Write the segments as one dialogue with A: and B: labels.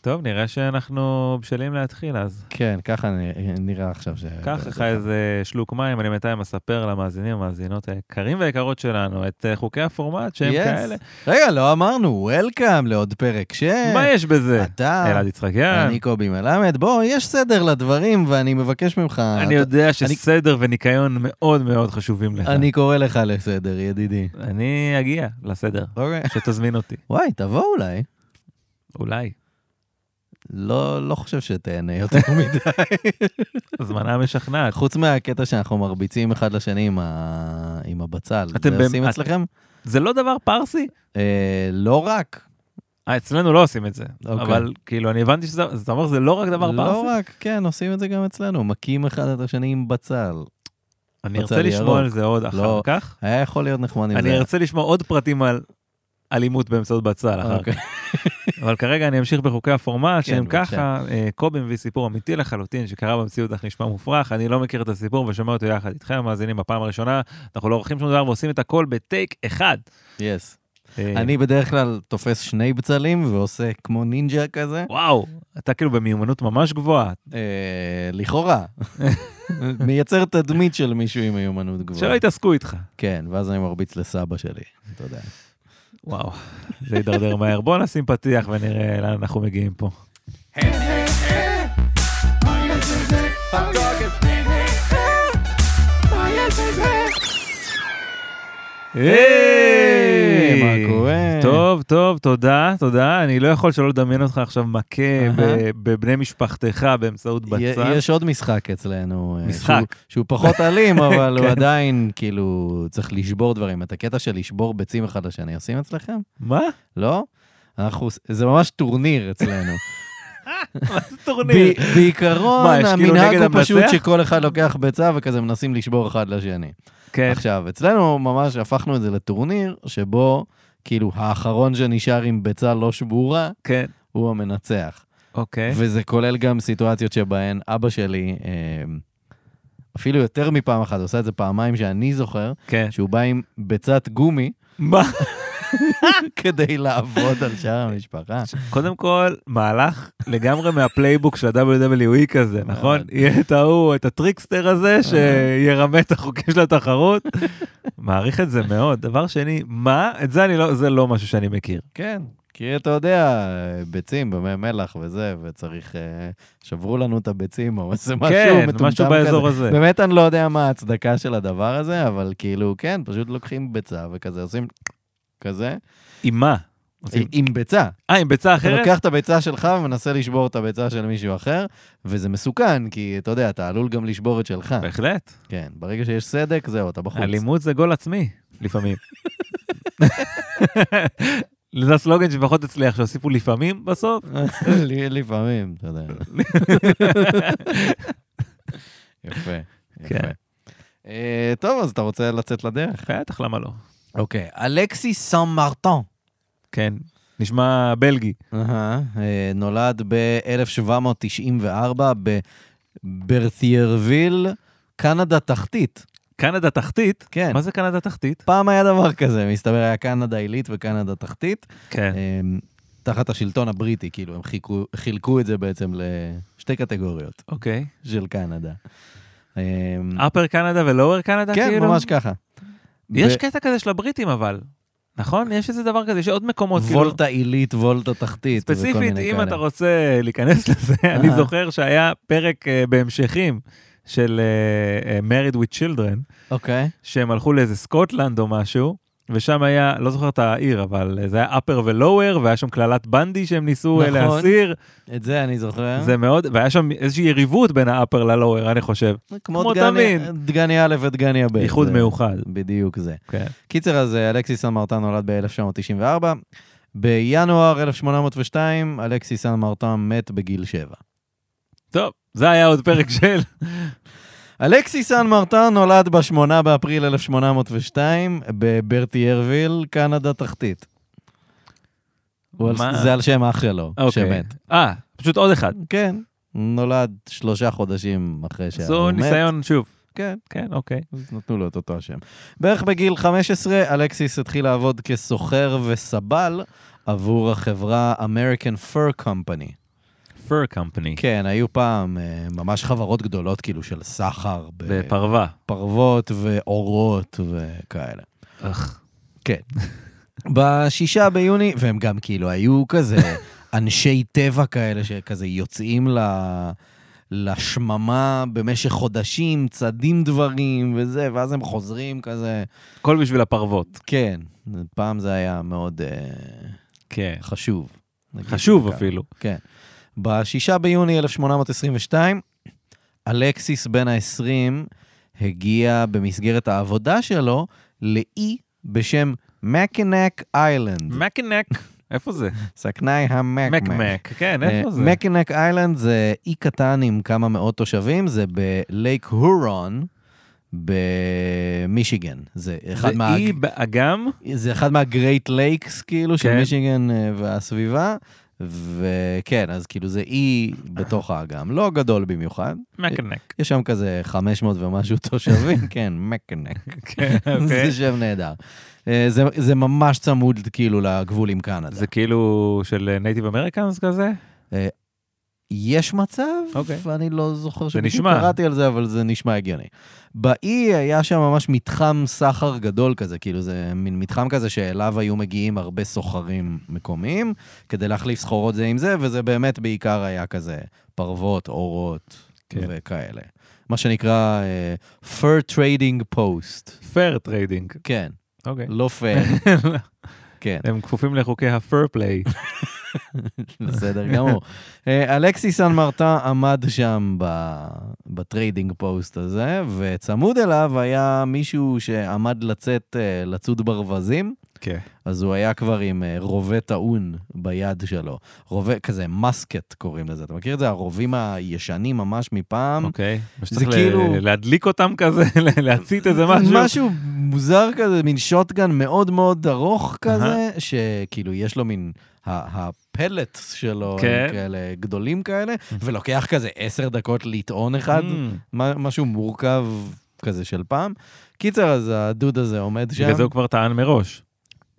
A: טוב, נראה שאנחנו בשלים להתחיל אז.
B: כן, ככה נ- נראה עכשיו. ש-
A: קח לך איזה שלוק מים, אני בינתיים אספר למאזינים והמאזינות היקרים והיקרות שלנו את אה, חוקי הפורמט שהם
B: Yes.
A: כאלה.
B: רגע, לא אמרנו, Welcome לעוד פרק ש...
A: מה יש בזה?
B: אתה,
A: אלעד יצחקיאן.
B: אני קובי מלמד, בוא, יש סדר לדברים ואני מבקש ממך.
A: אני
B: אתה-
A: יודע שסדר וניקיון מאוד מאוד חשובים לך.
B: אני קורא לך לסדר, ידידי.
A: אני אגיע לסדר,
B: אוקיי.
A: שתזמין אותי,
B: וואי, תבוא אולי.
A: אולי.
B: לא, לא חושב שתהנה יותר מדי.
A: הזמנה משכנעת.
B: חוץ מהקטע שאנחנו מרביצים אחד לשני עם, ה... עם הבצל.
A: אתם
B: זה עושים
A: באמת-
B: אצלכם?
A: זה לא דבר פרסי?
B: אה, לא רק.
A: אה, אצלנו לא עושים את זה.
B: אוקיי.
A: אבל כאילו, אני הבנתי שזה, אז אתה אומר שזה לא רק דבר פרסי?
B: לא רק, כן, עושים את זה גם אצלנו. מכים אחד את השני עם בצל.
A: אני ארצה
B: בצל ירוק.
A: לשמוע על זה עוד אחר
B: לא.
A: כך.
B: היה יכול להיות נחמד עם זה.
A: אני ארצה לשמוע עוד פרטים על אלימות באמצעות בצל אחר כך.
B: אוקיי.
A: אבל כרגע אני אמשיך בחוקי הפורמט,
B: כן,
A: שהם
B: בבקשה.
A: ככה, אה, קובי מביא סיפור אמיתי לחלוטין, שקרה במציאות אך נשמע מופרך, אני לא מכיר את הסיפור ושומע אותו יחד איתכם, המאזינים בפעם הראשונה, אנחנו לא עורכים שום דבר ועושים את הכל בטייק אחד.
B: יס.
A: אה,
B: אני בדרך כלל תופס שני בצלים ועושה כמו נינג'ה כזה.
A: וואו, אתה כאילו במיומנות ממש גבוהה.
B: אה, לכאורה. מייצר תדמית של מישהו עם מיומנות
A: שלא
B: גבוהה.
A: יתעסקו איתך.
B: כן, ואז אני מרביץ לסבא שלי, אתה יודע.
A: וואו, זה יידרדר מהר. בואו נשים פתיח ונראה לאן אנחנו מגיעים פה. היי!
B: מה קורה?
A: טוב, טוב, תודה, תודה. אני לא יכול שלא לדמיין אותך עכשיו מכה
B: אהה.
A: ב- בבני משפחתך באמצעות
B: י-
A: בצל.
B: יש עוד משחק אצלנו. אה,
A: משחק.
B: שהוא- שהוא פחות אלים, אבל הוא
A: כן.
B: עדיין, כאילו, צריך לשבור דברים. את הקטע של לשבור ביצים אחד לשני עושים אצלכם?
A: מה?
B: לא? אנחנו, זה ממש טורניר אצלנו.
A: מה זה טורניר?
B: ב- בעיקרון,
A: מה, יש כאילו
B: המנהג
A: נגד
B: הוא פשוט
A: המנצח?
B: שכל אחד לוקח ביצה וכזה מנסים לשבור אחד לשני.
A: כן.
B: עכשיו, אצלנו ממש הפכנו את זה לטורניר, שבו כאילו האחרון שנשאר עם ביצה לא שבורה,
A: כן,
B: הוא המנצח.
A: אוקיי.
B: וזה כולל גם סיטואציות שבהן אבא שלי, אה, אפילו יותר מפעם אחת, עושה את זה פעמיים שאני זוכר,
A: כן.
B: שהוא בא עם ביצת גומי
A: מה?
B: כדי לעבוד על שאר המשפחה.
A: קודם כל, מהלך לגמרי מהפלייבוק של ה-WWE כזה,
B: מאוד. אה.
A: נכון? יהיה את ההוא, את הטריקסטר הזה, שירמה את החוקים של התחרות. מעריך את זה מאוד. דבר שני, מה? את זה אני לא, זה לא משהו שאני מכיר.
B: כן, כי אתה יודע, ביצים במי מלח וזה, וצריך... אה, שברו לנו את הביצים או איזה משהו
A: כן,
B: מטומטם
A: משהו
B: כזה.
A: באזור הזה.
B: באמת אני לא יודע מה ההצדקה של הדבר הזה, אבל כאילו, כן, פשוט לוקחים ביצה וכזה עושים כזה,
A: עם מה?
B: עם- עם ביצה.
A: אה, עם ביצה
B: אתה
A: אחרת?
B: לוקח את הביצה שלך ומנסה לשבור את הביצה של מישהו אחר, וזה מסוכן, כי אתה יודע, אתה עלול גם לשבור את שלך.
A: בהחלט.
B: כן, ברגע שיש סדק, זהו, אתה בחוץ.
A: אלימות זה גול עצמי, לפעמים. זה הסלוגן שפחות הצליח, שהוסיפו לפעמים בסוף.
B: לי- לפעמים, אתה יודע. יפה, יפה.
A: כן.
B: אה, טוב, אז אתה רוצה לצאת לדרך?
A: בטח, למה לא?
B: אוקיי, אלכסי סן מרטן.
A: כן. נשמע בלגי.
B: אהה, אה, נולד ב-1794 בברתיירוויל, קנדה תחתית.
A: קנדה תחתית?
B: כן.
A: מה זה קנדה תחתית?
B: פעם היה דבר כזה, מסתבר, היה קנדה עילית וקנדה תחתית.
A: כן.
B: אה, תחת השלטון הבריטי, כאילו, הם חילקו, חילקו את זה בעצם לשתי קטגוריות
A: אוקיי.
B: של קנדה. אה,
A: אפר קנדה ולואוור קנדה?
B: כן,
A: כאילו?
B: ממש ככה.
A: יש
B: ו-
A: קטע כזה של הבריטים אבל, נכון? יש איזה דבר כזה, יש עוד מקומות. כאילו-
B: וולטה עילית, וולטה תחתית, וכל מיני
A: ספציפית, אם
B: כאלה. אה.
A: אתה רוצה להיכנס לזה, אני זוכר שהיה פרק אה, בהמשכים של אה, אה, Married with Children,
B: אוקיי.
A: שהם הלכו לאיזה סקוטלנד או משהו, ושם היה, לא זוכר את העיר, אבל אה, זה היה upper ולואוור, והיה שם קללת בנדי שהם ניסו אה,
B: נכון. אה.
A: להסיר,
B: את זה אני זוכר.
A: זה מאוד, והיה שם איזושהי יריבות בין האפר ללואוור, אני חושב. כמו
B: דגני-
A: תמיד.
B: דגני א' ודגני ב'.
A: איחוד
B: זה
A: מאוחד.
B: בדיוק זה.
A: כן.
B: קיצר, אז אה, אלכסיס סן מרטן נולד ב-1994. בינואר 1802, אלכסיס סן מרטן מת בגיל 7.
A: טוב, זה היה עוד פרק של...
B: אלכסיס סן מרטן נולד ב-8 באפריל 1802 בברטיירוויל, קנדה תחתית. הוא על-
A: מה?
B: זה על שם אח שלו,
A: אוקיי.
B: שמת.
A: אה, פשוט עוד אחד.
B: כן, נולד שלושה חודשים אחרי
A: עשו
B: שהוא מת.
A: ניסיון שוב.
B: כן.
A: כן, אוקיי.
B: אז נתנו לו את אותו השם. בערך בגיל 15, אלכסיס התחיל לעבוד כסוחר וסבל עבור החברה American Fur Company.
A: Fur Company,
B: כן, היו פעם אה, ממש חברות גדולות כאילו של סחר
A: בפרווה.
B: בפרוות ואורות וכאלה. כן.
A: אך,
B: בשישה ביוני, והם גם כאילו היו כזה אנשי טבע כאלה שכזה יוצאים ל... לשממה במשך חודשים, צדים דברים וזה, ואז הם חוזרים כזה.
A: הכל בשביל הפרוות.
B: כן, פעם זה היה מאוד אה,
A: כן.
B: חשוב. נגיד
A: חשוב
B: ככה.
A: אפילו.
B: כן. בשישה ביוני 1822, אלכסיס בן ה-20 הגיע במסגרת העבודה שלו לאי בשם מקנק איילנד.
A: מקנק. איפה זה?
B: סכנאי המקמק. אה,
A: מקמק. כן, איפה זה?
B: מקנק איילנד זה אי קטן עם כמה מאות תושבים, זה בלייק הורון במישיגן. זה אחד
A: זה
B: מה...
A: אי באגם?
B: זה אחד מהגרייט לייקס, כאילו, של
A: כן.
B: מישיגן אה, והסביבה. וכן, אז כאילו זה אי בתוך האגם, לא גדול במיוחד.
A: מקנק.
B: יש שם כזה 500 ומשהו תושבים, כן, מקנק.
A: כן, אוקיי.
B: זה שם נהדר. אה, זה, זה ממש צמוד כאילו לגבול עם קנדה.
A: זה כאילו של נייטיב אמריקאנס כזה?
B: יש מצב,
A: אוקיי.
B: אני לא זוכר שבדיוק
A: נשמע.
B: קראתי על זה, אבל זה נשמע הגיוני. באי היה שם ממש מתחם סחר גדול כזה, כאילו זה מין מתחם כזה שאליו היו מגיעים הרבה סוחרים מקומיים, כדי להחליף סחורות זה עם זה, וזה באמת בעיקר היה כזה פרוות, אורות
A: כן.
B: וכאלה. מה שנקרא אה, fur trading post.
A: פייר טריידינג.
B: כן,
A: אוקיי.
B: לא פייר, כן.
A: הם כפופים לחוקי הפייר פליי.
B: בסדר גמור. אה, אלכסי סן מרטן עמד שם ב- בטריידינג פוסט הזה, וצמוד אליו היה מישהו שעמד לצאת אה, לצוד ברווזים,
A: כן.
B: אז הוא היה כבר עם אה, רובה טעון ביד שלו. רובה כזה, מסקט קוראים לזה. אתה מכיר את זה? הרובים הישנים ממש מפעם.
A: אוקיי.
B: זה
A: זה
B: כאילו-
A: כאילו... להדליק אותם כזה, להצית איזה משהו.
B: משהו מוזר כזה, מין שוטגן מאוד מאוד ארוך כזה, שכאילו יש לו מין, ה- הפלטס שלו
A: כן.
B: הם כאלה גדולים כאלה, ולוקח כזה עשר דקות לטעון אחד,
A: Mm.
B: מה- משהו מורכב כזה של פעם. קיצר, אז הדוד הזה עומד שם,
A: בגלל זה הוא כבר טען מראש.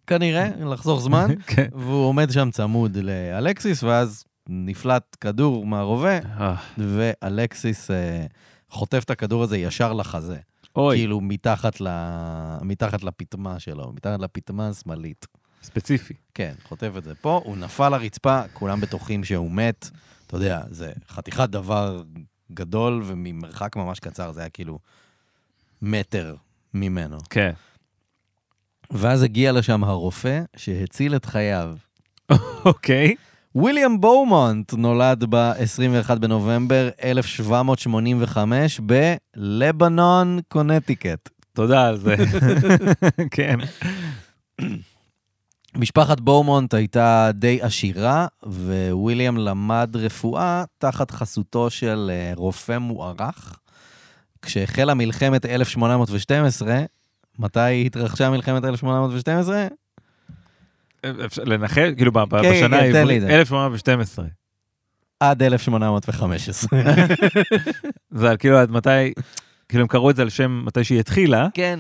B: כנראה, לחסוך זמן,
A: כן.
B: והוא עומד שם צמוד לאלקסיס, ואז נפלט כדור מהרובה,
A: אה,
B: ואלקסיס אה, חוטף את הכדור הזה ישר לחזה.
A: אוי,
B: כאילו מתחת, ל... מתחת לפטמה שלו, מתחת לפטמה השמאלית.
A: ספציפי.
B: כן, חוטף את זה פה, הוא נפל לרצפה, כולם בטוחים שהוא מת. אתה יודע, זה חתיכת דבר גדול, וממרחק ממש קצר זה היה כאילו מטר ממנו.
A: כן.
B: ואז הגיע לשם הרופא שהציל את חייו.
A: אוקיי.
B: ויליאם בואומונט נולד ב-21 בנובמבר 1785 בלבנון, קונטיקט.
A: תודה על זה. כן.
B: משפחת בורמונט הייתה די עשירה, וויליאם למד רפואה תחת חסותו של אה, רופא מוערך. כשהחלה מלחמת 1812, מתי התרחשה מלחמת 1812?
A: אפשר לנחש, כאילו ב- ב-
B: כן,
A: בשנה
B: כן, תן לי
A: העברית,
B: את זה.
A: 1812.
B: עד 1815.
A: זה על כאילו עד מתי, כאילו הם קראו את זה על שם מתי שהיא התחילה.
B: כן.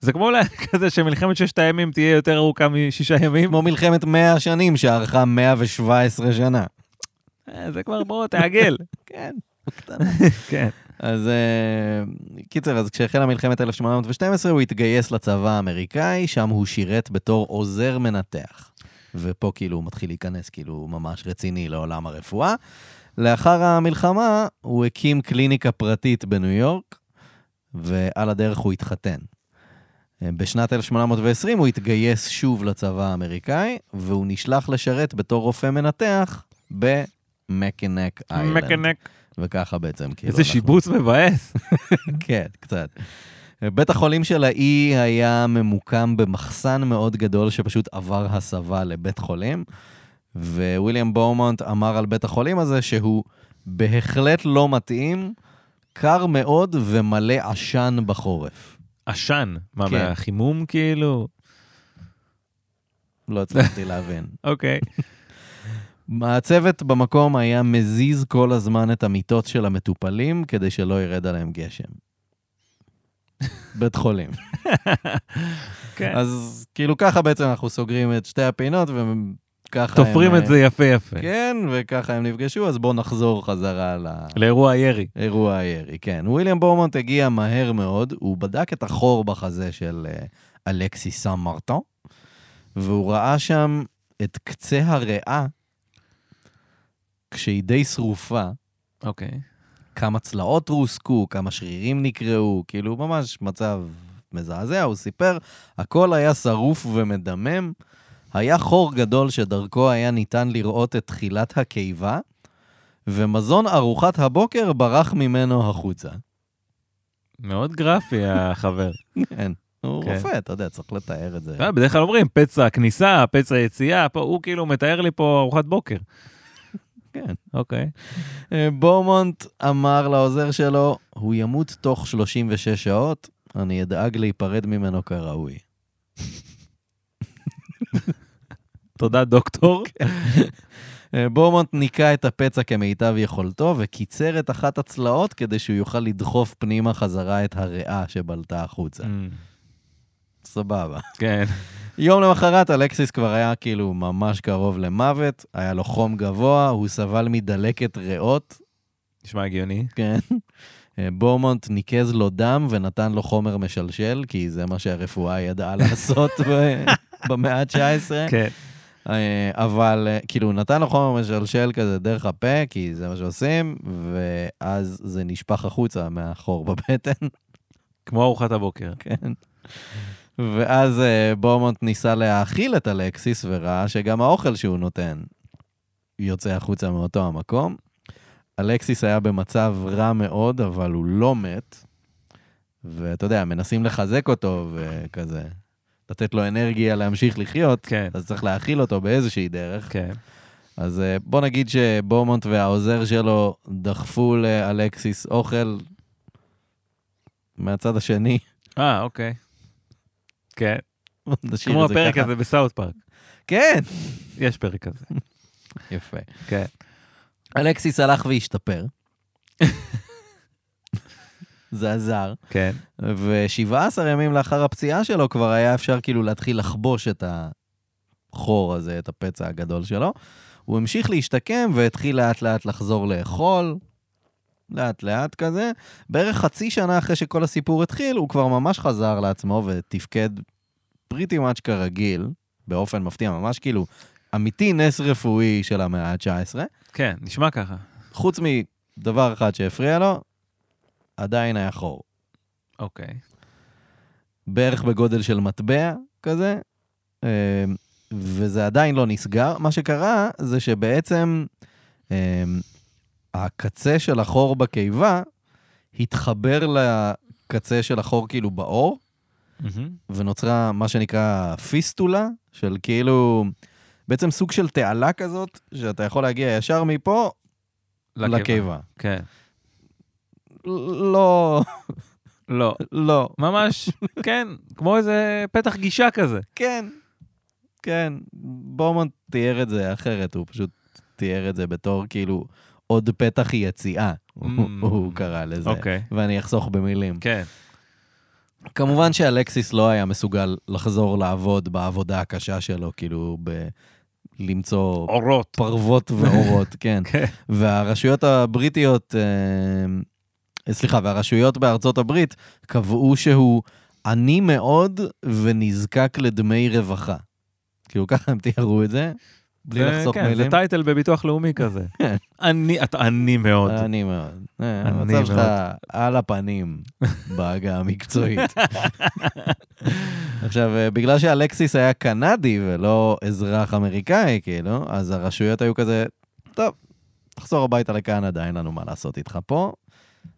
A: זה כמו אולי כזה שמלחמת ששת הימים תהיה יותר ארוכה משישה ימים.
B: כמו מלחמת 100 השנים שארכה 117 שנה.
A: אה, זה כבר בוא, תעגל.
B: כן.
A: כן.
B: אז אה, קיצר, אז כשהחלה מלחמת 1812, הוא התגייס לצבא האמריקאי, שם הוא שירת בתור עוזר מנתח. ופה כאילו הוא מתחיל להיכנס כאילו ממש רציני לעולם הרפואה. לאחר המלחמה, הוא הקים קליניקה פרטית בניו יורק, ועל הדרך הוא התחתן. אה, בשנת 1820 הוא התגייס שוב לצבא האמריקאי, והוא נשלח לשרת בתור רופא מנתח במקנק איילנד.
A: מקנק.
B: וככה בעצם, כאילו.
A: איזה
B: אנחנו-
A: שיבוץ מבאס.
B: כן, קצת. בית החולים של האי היה ממוקם במחסן מאוד גדול שפשוט עבר הסבה לבית חולים, וויליאם בורמונט אמר על בית החולים הזה שהוא בהחלט לא מתאים, קר מאוד ומלא עשן בחורף.
A: עשן. מה,
B: כן.
A: מהחימום כאילו?
B: לא הצלחתי להבין.
A: אוקיי.
B: הצוות במקום היה מזיז כל הזמן את המיטות של המטופלים כדי שלא ירד עליהם גשם. בית חולים.
A: כן.
B: אז כאילו ככה בעצם אנחנו סוגרים את שתי הפינות ככה הם...
A: תופרים את זה יפה יפה.
B: כן, וככה הם נפגשו, אז בואו נחזור חזרה ל...
A: לאירוע הירי.
B: אירוע הירי, כן. וויליאם בורמונט הגיע מהר מאוד, הוא בדק את החור בחזה של אה, אלכסי סן מרטן, והוא ראה שם את קצה הריאה, כשהיא די שרופה,
A: אוקיי.
B: כמה צלעות רוסקו, כמה שרירים נקרעו, כאילו ממש מצב מזעזע, הוא סיפר, הכל היה שרוף ומדמם. היה חור גדול שדרכו היה ניתן לראות את תחילת הקיבה, ומזון ארוחת הבוקר ברח ממנו החוצה.
A: מאוד גרפי החבר.
B: כן, הוא
A: כן.
B: רופא, אתה יודע, צריך לתאר את זה.
A: אתה יודע, בדרך כלל אומרים פצע הכניסה, פצע היציאה, פה הוא כאילו מתאר לי פה ארוחת בוקר.
B: כן.
A: אוקיי.
B: אה, בורמונט אמר לעוזר שלו, הוא ימות תוך 36 שעות, אני אדאג להיפרד ממנו כראוי.
A: תודה דוקטור.
B: אה, בורמונט ניקה את הפצע כמיטב יכולתו וקיצר את אחת הצלעות כדי שהוא יוכל לדחוף פנימה חזרה את הריאה שבלטה החוצה.
A: Mm,
B: סבבה.
A: כן.
B: יום למחרת אלקסיס כבר היה כאילו ממש קרוב למוות, היה לו חום גבוה, הוא סבל מדלקת ריאות,
A: נשמע הגיוני.
B: כן. אה, בורמונט ניקז לו דם ונתן לו חומר משלשל, כי זה מה שהרפואה ידעה לעשות ב- במאה ה-19.
A: כן.
B: אה, אבל אה, כאילו, נתן לו חומר משלשל כזה דרך הפה, כי זה מה שעושים, ואז זה נשפך החוצה מהחור בבטן,
A: כמו ארוחת הבוקר.
B: כן. ואז אה, בורמונט ניסה להאכיל את אלקסיס וראה שגם האוכל שהוא נותן יוצא החוצה מאותו המקום. אלקסיס היה במצב רע מאוד, אבל הוא לא מת, ואתה יודע, מנסים לחזק אותו וכזה, לתת לו אנרגיה להמשיך לחיות,
A: כן.
B: אז צריך להאכיל אותו באיזושהי דרך.
A: כן.
B: אז אה, בוא נגיד שבורמונט והעוזר שלו דחפו לאלקסיס אוכל מהצד השני.
A: אה, אוקיי. כן.
B: נשאיר
A: כמו
B: את זה
A: הפרק
B: ככה.
A: הזה בסאוט פארק.
B: כן.
A: יש פרק כזה.
B: יפה.
A: כן.
B: אלקסיס הלך והשתפר. זה עזר.
A: כן.
B: ו-17 ימים לאחר הפציעה שלו כבר היה אפשר כאילו להתחיל לחבוש את החור הזה, את הפצע הגדול שלו. הוא המשיך להשתקם והתחיל לאט לאט לחזור לאכול, לאט לאט כזה. בערך חצי שנה אחרי שכל הסיפור התחיל, הוא כבר ממש חזר לעצמו ותפקד פריטי מאץ' כרגיל, באופן מפתיע, ממש כאילו אמיתי נס רפואי של המאה ה-19.
A: כן, נשמע ככה.
B: חוץ מדבר אחד שהפריע לו, עדיין היה חור.
A: אוקיי.
B: בערך בגודל של מטבע כזה, אה, וזה עדיין לא נסגר. מה שקרה זה שבעצם אה, הקצה של החור בקיבה התחבר לקצה של החור כאילו בעור,
A: מהמם.
B: ונוצרה מה שנקרא פיסטולה, של כאילו, בעצם סוג של תעלה כזאת, שאתה יכול להגיע ישר מפה
A: לקיבה.
B: לקיבה.
A: כן.
B: לא,
A: לא.
B: לא,
A: ממש, כן, כמו איזה פתח גישה כזה.
B: כן, כן. בורמונט תיאר את זה אחרת, הוא פשוט תיאר את זה בתור כאילו עוד פתח יציאה, הוא- הוא קרא לזה.
A: אוקיי.
B: ואני אחסוך במילים.
A: כן.
B: כמובן שאלקסיס לא היה מסוגל לחזור לעבוד בעבודה הקשה שלו, כאילו ב... למצוא
A: אורות.
B: פרוות ואורות, כן.
A: כן.
B: והרשויות הבריטיות, אה, סליחה, והרשויות בארצות הברית קבעו שהוא עני מאוד ונזקק לדמי רווחה. כאילו ככה הם תיארו את זה, בלי
A: זה-
B: לחסוך
A: כן,
B: מילים.
A: זה טייטל בביטוח לאומי כזה.
B: כן.
A: אני, אתה עני מאוד.
B: עני מאוד. אה,
A: עני
B: המצב שלך
A: מאוד.
B: על הפנים בעגה המקצועית. עכשיו, אה, בגלל שאלקסיס היה קנדי ולא אזרח אמריקאי, כאילו, אז הרשויות היו כזה, טוב, תחזור הביתה לקנדה, אין לנו מה לעשות איתך פה.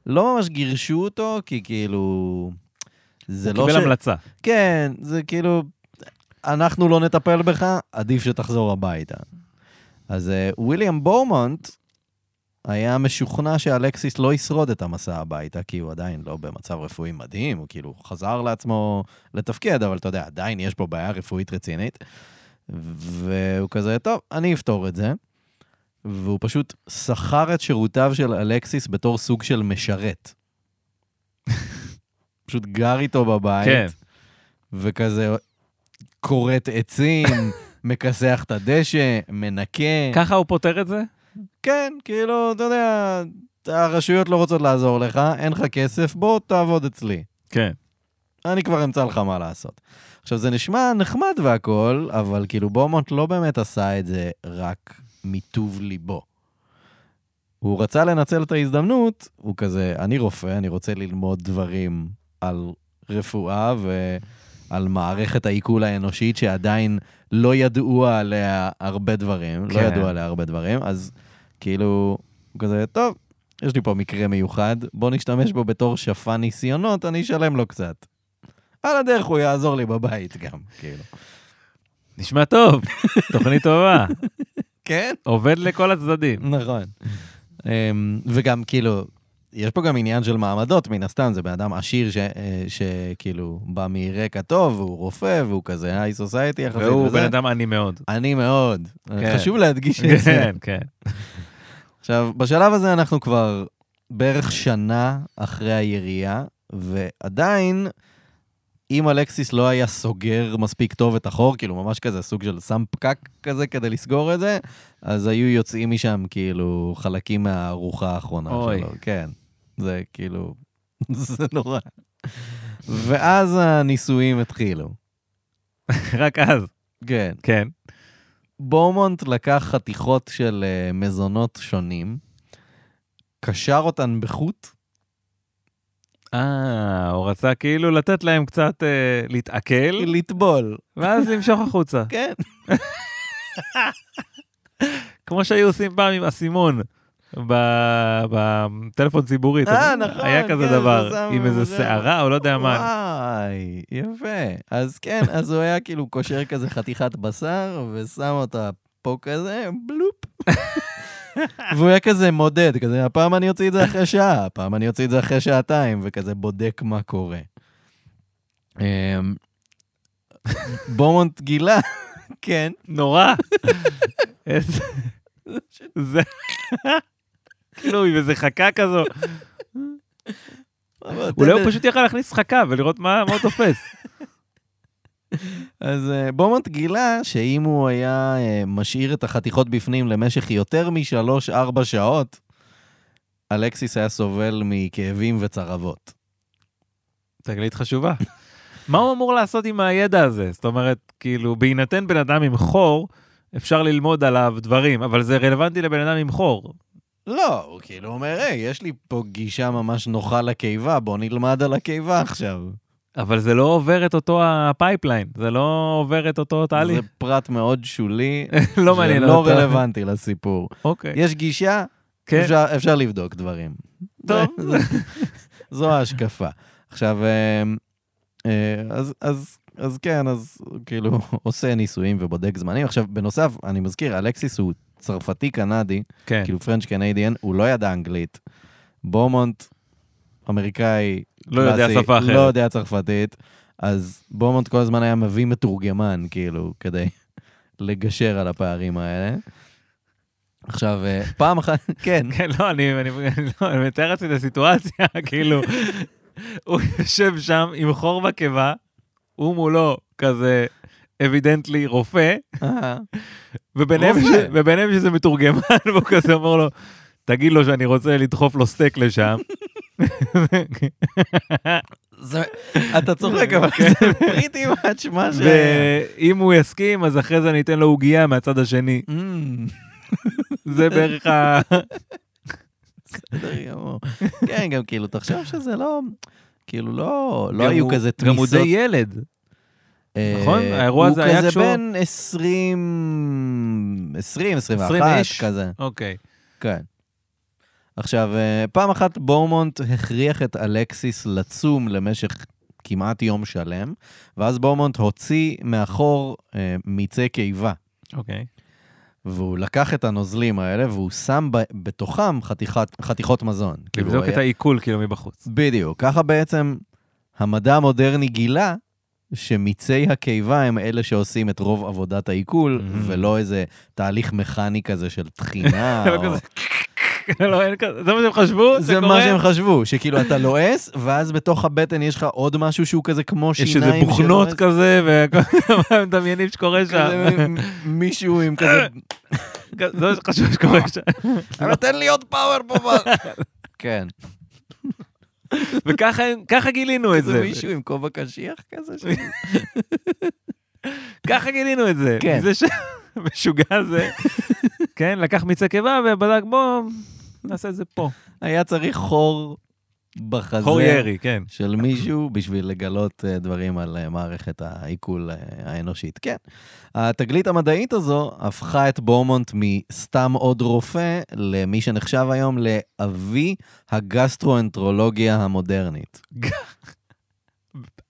B: לא ממש גירשו אותו, כי כאילו... זה לא
A: קיבל המלצה.
B: כן, זה כאילו, אנחנו לא נטפל בך, עדיף שתחזור הביתה. אז אה, וויליאם בורמונט היה משוכנע שאלקסיס לא ישרוד את המסע הביתה, כי הוא עדיין לא במצב רפואי מדהים, הוא כאילו חזר לעצמו לתפקד, אבל אתה יודע, עדיין יש פה בעיה רפואית רצינית. והוא כזה, טוב, אני אפתור את זה. והוא פשוט שכר את שירותיו של אלקסיס בתור סוג של משרת. פשוט אה, גר איתו בבית.
A: כן.
B: וכזה כורת עצים, מכסח את הדשא, מנקה.
A: ככה הוא פותר את זה?
B: כן, כאילו, אתה יודע, הרשויות לא רוצות לעזור לך, אין לך כסף, בוא תעבוד אצלי.
A: כן.
B: אני כבר אמצא לך מה לעשות. עכשיו, זה נשמע נחמד והכול, אבל כאילו בומונט לא באמת עשה את זה רק מטוב ליבו. הוא רצה לנצל את ההזדמנות, הוא כזה, אני רופא, אני רוצה ללמוד דברים על רפואה ועל מערכת העיכול האנושית שעדיין לא ידעו עליה הרבה דברים, כן. לא
A: כן.
B: ידעו עליה הרבה דברים, אז כאילו, הוא כזה, טוב, יש לי פה מקרה מיוחד, בוא נשתמש בו בתור שפן ניסיונות, אני אשלם לו קצת. על הדרך הוא יעזור לי בבית גם, כאילו.
A: נשמע טוב, תוכנית טובה,
B: כן?
A: עובד לכל הצדדים.
B: נכון. אמ, וגם כאילו, יש פה גם עניין של מעמדות, מן הסתם, זה בן אדם עשיר ש- אה, שכאילו בא מרקע טוב, והוא רופא, והוא כזה היי סוסייטי יחסית.
A: והוא
B: וזה.
A: בן אדם עני מאוד.
B: אני מאוד.
A: כן.
B: חשוב להדגיש את זה.
A: כן, כן.
B: עכשיו, בשלב הזה אנחנו כבר בערך שנה אחרי הירייה, ועדיין, אם אלקסיס לא היה סוגר מספיק טוב את החור, כאילו ממש כזה סוג של שם פקק כזה כדי לסגור את זה, אז היו יוצאים משם כאילו חלקים מהארוחה האחרונה
A: אוי.
B: שלו. כן, זה כאילו, זה נורא. ואז הניסויים התחילו.
A: רק אז,
B: כן.
A: כן.
B: בורמונט לקח חתיכות של אה, מזונות שונים, קשר אותן בחוט,
A: אה, הוא רצה כאילו לתת להם קצת אה, להתעכל,
B: לטבול.
A: ואז למשוך החוצה.
B: כן.
A: כמו שהיו עושים פעם עם אסימון. ב- בטלפון ציבורי, אתה
B: אה,
A: יודע,
B: נכון,
A: היה כזה
B: כן,
A: דבר,
B: זה שם
A: עם איזה
B: זה.
A: שערה או לא יודע מה.
B: וואי, יפה. אז כן, אז הוא היה כאילו קושר כזה חתיכת בשר, ושם אותה פה כזה, בלופ. והוא היה כזה מודד, כזה, הפעם אני אוציא את זה אחרי שעה, הפעם אני אוציא את זה אחרי שעתיים, וכזה בודק מה קורה. אמ, בומונט גילה, כן,
A: נורא. איזה- זה... כאילו עם איזה חכה כזו. אולי הוא לא פשוט יכל להכניס חכה ולראות מה מה הוא תופס.
B: אז אה, בומונט גילה שאם הוא היה אה, משאיר את החתיכות בפנים למשך יותר משלוש-ארבע שעות, אלקסיס היה סובל מכאבים וצרבות.
A: תגלית חשובה. מה הוא אמור לעשות עם הידע הזה? זאת אומרת, כאילו, בהינתן בן אדם עם חור, אפשר ללמוד עליו דברים, אבל זה רלוונטי לבן אדם עם חור.
B: לא, הוא כאילו אומר, היי, יש לי פה גישה ממש נוחה לקיבה, בוא נלמד על הקיבה עכשיו.
A: אבל זה לא עובר את אותו הפייפליין, זה לא עובר את אותו
B: זה
A: תהליך.
B: פרט מאוד שולי,
A: לא מעניין.
B: לא
A: אותו.
B: רלוונטי לסיפור.
A: אוקיי.
B: יש גישה,
A: כן,
B: אפשר, אפשר לבדוק דברים.
A: טוב.
B: זה- זו ההשקפה. עכשיו, אה, אה, אז, אז, אז כן, אז הוא כאילו עושה ניסויים ובודק זמנים. עכשיו, בנוסף, אני מזכיר, אלקסיס הוא צרפתי-קנדי,
A: כן.
B: כאילו פרנץ' קנדיאן, הוא לא ידע אנגלית. בומונט, אמריקאי,
A: לא יודע
B: קלאסי,
A: שפה
B: לא
A: אחרת.
B: יודע צרפתית, אז בומונט כל הזמן היה מביא מתורגמן, כאילו, כדי לגשר על הפערים האלה. עכשיו, אה, פעם אחת, כן,
A: כן, לא, אני אני- לא, אני מתאר לעצמי את הסיטואציה, כאילו, הוא יושב שם עם חור בקיבה, הוא מולו כזה אבידנטלי רופא,
B: אה,
A: וביניהם
B: רופא.
A: ש- וביניהם שזה מתורגמן, והוא כזה אומר לו, תגיד לו שאני רוצה לדחוף לו סטייק לשם.
B: זה- אתה צוחק, אבל
A: כן.
B: זה בריטי מאץ' מה ש...
A: ואם הוא יסכים, אז אחרי זה אני אתן לו עוגייה מהצד השני.
B: אמ,
A: זה בערך ה...
B: בסדר גמור. כן, גם כאילו, תחשוב שזה לא... כאילו, לא, לא
A: גם
B: היו
A: הוא-
B: כזה
A: גם הוא די
B: תמיסות.
A: ילד.
B: אה,
A: נכון, האירוע הזה היה כשהוא-
B: הוא כזה בין 20... 20,
A: 20
B: 21,
A: איש.
B: כזה.
A: אוקיי.
B: כן. עכשיו, אה, פעם אחת בורמונט הכריח את אלקסיס לצום למשך כמעט יום שלם, ואז בורמונט הוציא מאחור אה, מיצי קיבה.
A: אוקיי.
B: והוא לקח את הנוזלים האלה והוא שם ב- בתוכם חתיכת, חתיכות מזון. כאילו,
A: לבדוק את
B: הוא היה-
A: העיכול כאילו מבחוץ.
B: בדיוק. ככה בעצם המדע המודרני גילה שמיצי הקיבה הם אלה שעושים את רוב עבודת העיכול,
A: Mhm.
B: ולא איזה תהליך מכני כזה של תחינה.
A: לא
B: או...
A: כזה. לא, אין כזה, זה מה שהם חשבו,
B: זה מה
A: קורה?
B: שהם חשבו, שכאילו אתה לועס, ואז בתוך הבטן יש לך עוד משהו שהוא כזה כמו
A: יש איזה
B: שיניים.
A: בוכנות
B: שלועס.
A: כזה, וכל מה הם מדמיינים שקורה שם.
B: כזה מ- מישהו עם כזה,
A: זה מה שחשוב שקורה שם.
B: אבל תן לי עוד פאוור פה. ב-" כן.
A: וככה הם- ככה גילינו את
B: זה
A: זה.
B: מישהו עם כובע קשיח כזה. ש-
A: ככה גילינו את זה.
B: כן.
A: זה שמשוגע זה. כן, לקח מיצי קיבה ובדק, בוא, נעשה את זה פה.
B: היה צריך חור בחזה.
A: חור ירי, כן.
B: של מישהו בשביל לגלות אה, דברים על אה, מערכת העיכול אה, האנושית. כן. התגלית המדעית הזו הפכה את בורמונט מסתם עוד רופא למי שנחשב היום לאבי הגסטרואנטרולוגיה המודרנית.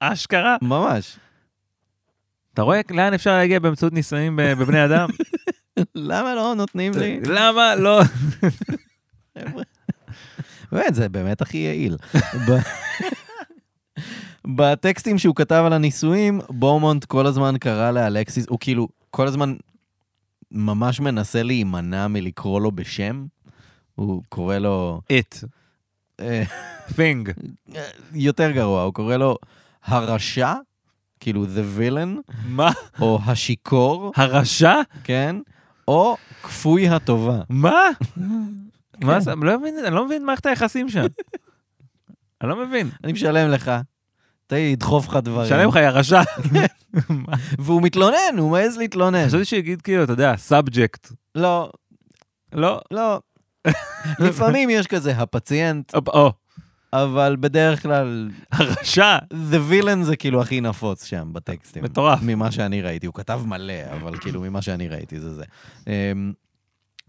A: אשכרה.
B: ממש.
A: אתה רואה לאן אפשר להגיע באמצעות ניסויים ב- בבני אדם?
B: למה לא נותנים לי?
A: למה לא?
B: חבר'ה. באמת, זה באמת הכי יעיל. ב- בטקסטים שהוא כתב על הניסויים, בורמונט כל הזמן קרא לאלקסיס, הוא כאילו כל הזמן ממש מנסה להימנע מלקרוא לו בשם. הוא קורא לו,
A: it,
B: אה,
A: thing.
B: יותר גרוע, הוא קורא לו הרשע, כאילו the villain,
A: מה?
B: או השיכור,
A: הרשע?
B: כן? או כפוי הטובה.
A: מה? מה זה? אני לא מבין- אני לא מבין מערכת היחסים שם. אני לא מבין.
B: אני משלם לך, תן לי לדחוף לך דברים.
A: שלם לך, יא רשע. מה?
B: והוא מתלונן, הוא מעז להתלונן.
A: חשבתי שיגיד כאילו, אתה יודע, סאבג'קט.
B: לא,
A: לא.
B: לא. לפעמים יש כזה הפציינט,
A: הופ, או,
B: אבל בדרך כלל
A: הרשע.
B: The villain זה כאילו הכי נפוץ שם בטקסטים.
A: מטורף.
B: ממה שאני ראיתי, הוא כתב מלא, אבל כאילו ממה שאני ראיתי זה זה. אמ,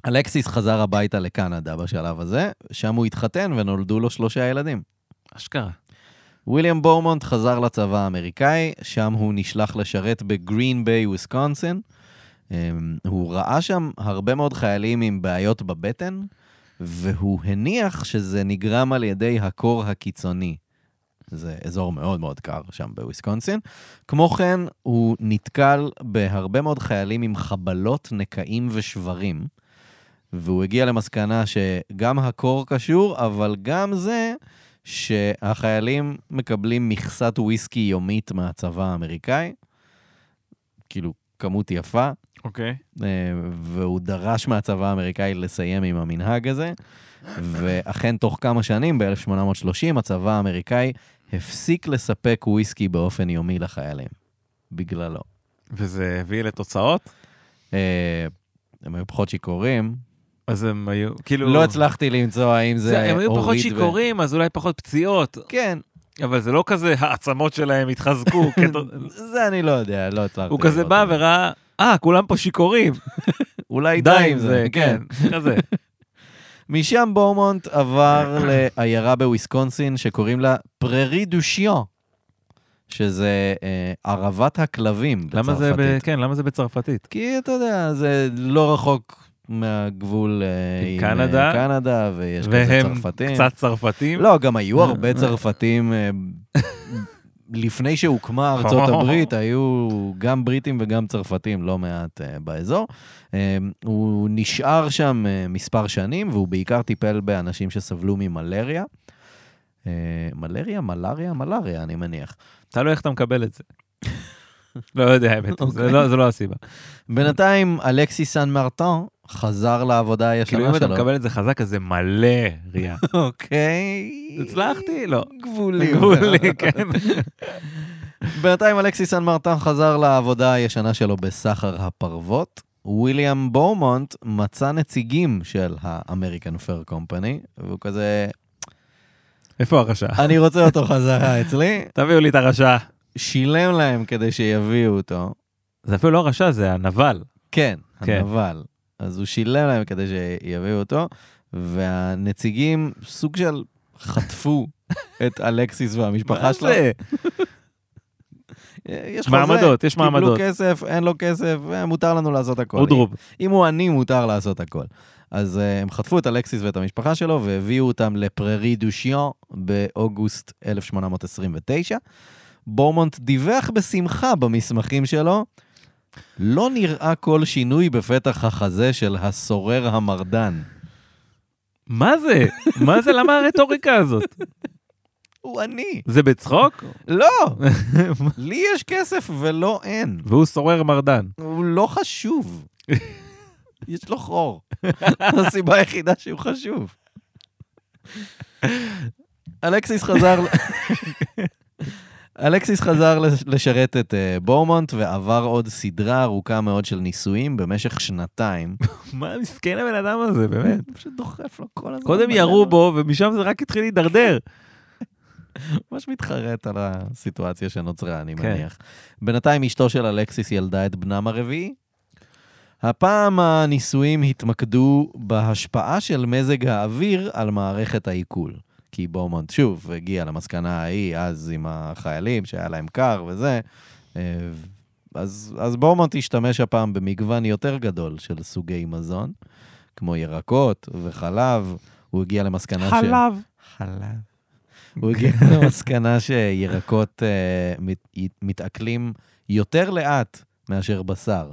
B: אלקסיס חזר הביתה לקנדה בשלב הזה, שם הוא התחתן ונולדו לו שלושה ילדים.
A: אשכרה.
B: וויליאם בורמונט חזר לצבא האמריקאי, שם הוא נשלח לשרת בגרין ביי, וויסקונסין. אמ, הוא ראה שם הרבה מאוד חיילים עם בעיות בבטן, והוא הניח שזה נגרם על ידי הקור הקיצוני. זה אזור מאוד מאוד קר שם בוויסקונסין. כמו כן, הוא נתקל בהרבה מאוד חיילים עם חבלות, נקעים ושברים, והוא הגיע למסקנה שגם הקור קשור, אבל גם זה שהחיילים מקבלים מכסת וויסקי יומית מהצבא האמריקאי, כאילו כמות יפה,
A: אוקיי.
B: אה, והוא דרש מהצבא האמריקאי לסיים עם המנהג הזה, ואכן תוך כמה שנים, ב-1830, הצבא האמריקאי הפסיק לספק וויסקי באופן יומי לחיילים, בגללו.
A: וזה הביא לתוצאות?
B: אה, הם היו פחות שיכורים,
A: אז הם היו, כאילו...
B: לא הצלחתי למצוא האם זה
A: זה-
B: הוריד...
A: הם היו פחות
B: ו-
A: שיכורים, אז אולי פחות פציעות,
B: כן,
A: אבל זה לא כזה העצמות שלהם התחזקו. כת-
B: זה אני לא יודע, לא הצלחתי.
A: הוא כזה
B: לראות.
A: בא וראה, אה, כולם פה שיכורים,
B: אולי
A: די עם זה, כן, כזה.
B: משם בורמונט עבר לעיירה בוויסקונסין שקוראים לה פררי דו שיון, שזה אה, ערבת הכלבים בצרפתית.
A: למה זה, ב- כן, למה זה בצרפתית?
B: כי אתה יודע, זה לא רחוק מהגבול אה,
A: עם קנדה.
B: אה, קנדה, ויש כזה
A: והם
B: צרפתים.
A: קצת צרפתים?
B: לא, גם
A: אה,
B: היו הרבה צרפתים. אה, לפני שהוקמה ארצות הברית, היו גם בריטים וגם צרפתים לא מעט אה, באזור. אה, הוא נשאר שם אה, מספר שנים, והוא בעיקר טיפל באנשים שסבלו ממלריה. אה, מלריה, מלריה, מלריה, אני מניח.
A: תלוי איך אתה מקבל את זה. לא יודע, האמת, זה
B: אוקיי.
A: לא- זה לא הסיבה.
B: בינתיים, אלכסי סן מרטן חזר לעבודה הישנה שלו.
A: כאילו אם אתה מקבל את זה חזק, אז זה מלא ריה.
B: אוקיי.
A: הצלחתי? לא.
B: גבולים.
A: גבולי, כן.
B: בינתיים אלכסי סן מרטן חזר לעבודה הישנה שלו בסחר הפרוות. וויליאם בורמונט מצא נציגים של האמריקן פר קומפני, והוא כזה,
A: איפה הרשע?
B: אני רוצה אותו חזרה אצלי.
A: תביאו לי את הרשע.
B: שילם להם כדי שיביאו אותו.
A: זה אפילו לא הרשע, זה הנבל.
B: כן,
A: כן.
B: הנבל. אז הוא שילם להם כדי שיביאו אותו, והנציגים סוג של חטפו את אלכסיס והמשפחה
A: מה
B: שלו.
A: זה?
B: יש
A: מעמדות, יש מעמדות.
B: קיבלו כסף, אין לו כסף, אה, מותר לנו לעשות הכל.
A: אודרוב.
B: אם הוא עני, מותר לעשות הכל. אז uh, הם חטפו את אלקסיס ואת המשפחה שלו והביאו אותם לפררי דושיון באוגוסט 1829. בורמונט דיווח בשמחה במסמכים שלו, לא נראה כל שינוי בפתח החזה של הסורר המרדן.
A: מה זה? מה זה? למה הרטוריקה הזאת?
B: הוא עני.
A: זה בצחוק?
B: לא! לי יש כסף ולא אין.
A: והוא סורר מרדן.
B: הוא לא חשוב. יש לו חור. זו הסיבה היחידה שהוא חשוב. אלכסיס חזר... אלכסיס חזר לש- לשרת את אה, בורמונט ועבר עוד סדרה ארוכה מאוד של ניסויים במשך שנתיים.
A: מה מסכן הבן אדם הזה, באמת.
B: פשוט דוחף לו כל הזמן.
A: קודם ירו בו, ומשם זה רק התחיל להידרדר.
B: ממש מתחרט על הסיטואציה שנוצרה, אני
A: כן.
B: מניח. בינתיים אשתו של אלכסיס ילדה את בנם הרביעי. הפעם הניסויים התמקדו בהשפעה של מזג האוויר על מערכת העיכול. כי בורמונט שוב הגיע למסקנה ההיא, אז עם החיילים, שהיה להם קר וזה. אה, אז, אז בורמונט השתמש הפעם במגוון יותר גדול של סוגי מזון, כמו ירקות וחלב. הוא הגיע למסקנה ש... חלב. הוא הגיע למסקנה שירקות אה, מת- י- מתעכלים יותר לאט מאשר בשר.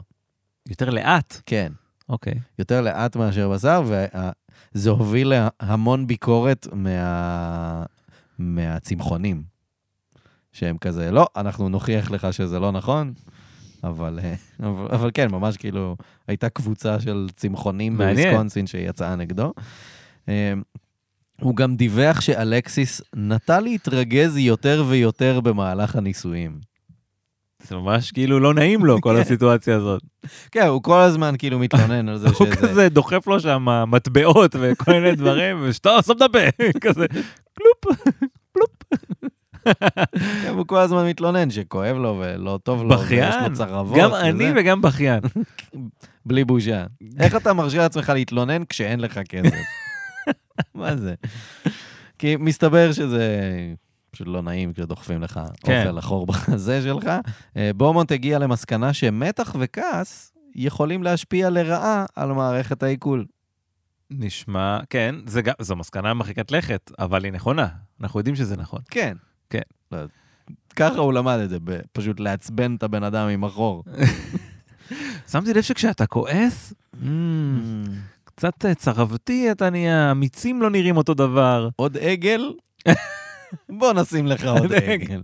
A: יותר לאט.
B: כן,
A: אוקיי.
B: יותר לאט מאשר בשר, וזה הוביל להמון ביקורת מה... מהצמחונים, שהם כזה, לא, אנחנו נוכיח לך שזה לא נכון. אבל, אה, אבל, אבל כן, ממש כאילו, הייתה קבוצה של צמחונים
A: מעניין.
B: בוויסקונסין שיצאה נגדו. אה, הוא גם דיווח שאלקסיס נטה להתרגז יותר ויותר במהלך הניסויים.
A: זה ממש כאילו לא נעים לו, כל הסיטואציה הזאת.
B: כן, הוא כל הזמן כאילו מתלונן על זה
A: הוא
B: שזה...
A: כזה דוחף לו שם מטבעות וכל מיני דברים, ושטוב, סוף את הפה, כזה, קלופ.
B: כן, הוא כל הזמן מתלונן שכואב לו ולא טוב לו, ויש
A: בכיין.
B: לו צרבות.
A: גם
B: וזה.
A: אני וגם בכיין.
B: בלי בושה. איך אתה מרשה לעצמך להתלונן כשאין לך כסף? מה זה? כי מסתבר שזה פשוט לא נעים כשדוחפים לך
A: כן.
B: אוכל לחור בחזה שלך. אה, בומונט הגיע למסקנה שמתח וכעס יכולים להשפיע לרעה על מערכת העיכול.
A: נשמע, כן, זה גם- זו מסקנה מרחיקת לכת, אבל היא נכונה. אנחנו יודעים שזה נכון.
B: כן.
A: כן.
B: לא, ככה הוא למד את זה, ב- פשוט לעצבן את הבן אדם עם החור.
A: שמתי לב שכשאתה כועס, mm, קצת אה, צרבתי אתה נהיה, המיצים לא נראים אותו דבר.
B: עוד עגל? בוא נשים לך עוד
A: עוד
B: עגל.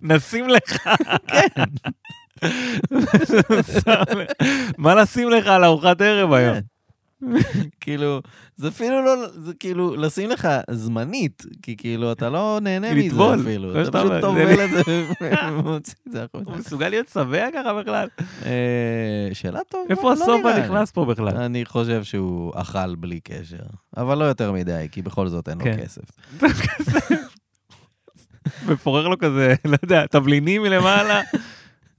A: נשים לך. כן. מה לשים לך על ארוחת ערב היום?
B: כאילו, זה אפילו לא, זה כאילו, לשים לך זמנית, כי כאילו, אתה לא נהנה
A: כי
B: מזה
A: לטבול, לא
B: אפילו.
A: כמו
B: אתה
A: שאתה
B: פשוט
A: אומר,
B: טובל
A: זה-
B: את זה ומוציא את זה החוצה.
A: הוא מסוגל להיות שבע ככה בכלל?
B: אה, שאלה טובה,
A: איפה
B: לא נראה
A: הסובה
B: לי. אה.
A: נכנס פה בכלל?
B: אני חושב שהוא אכל בלי קשר, אבל לא יותר מדי, כי בכל זאת אין לו
A: כן.
B: כסף.
A: ופורר לו כזה, לא יודע, תבלינים מלמעלה,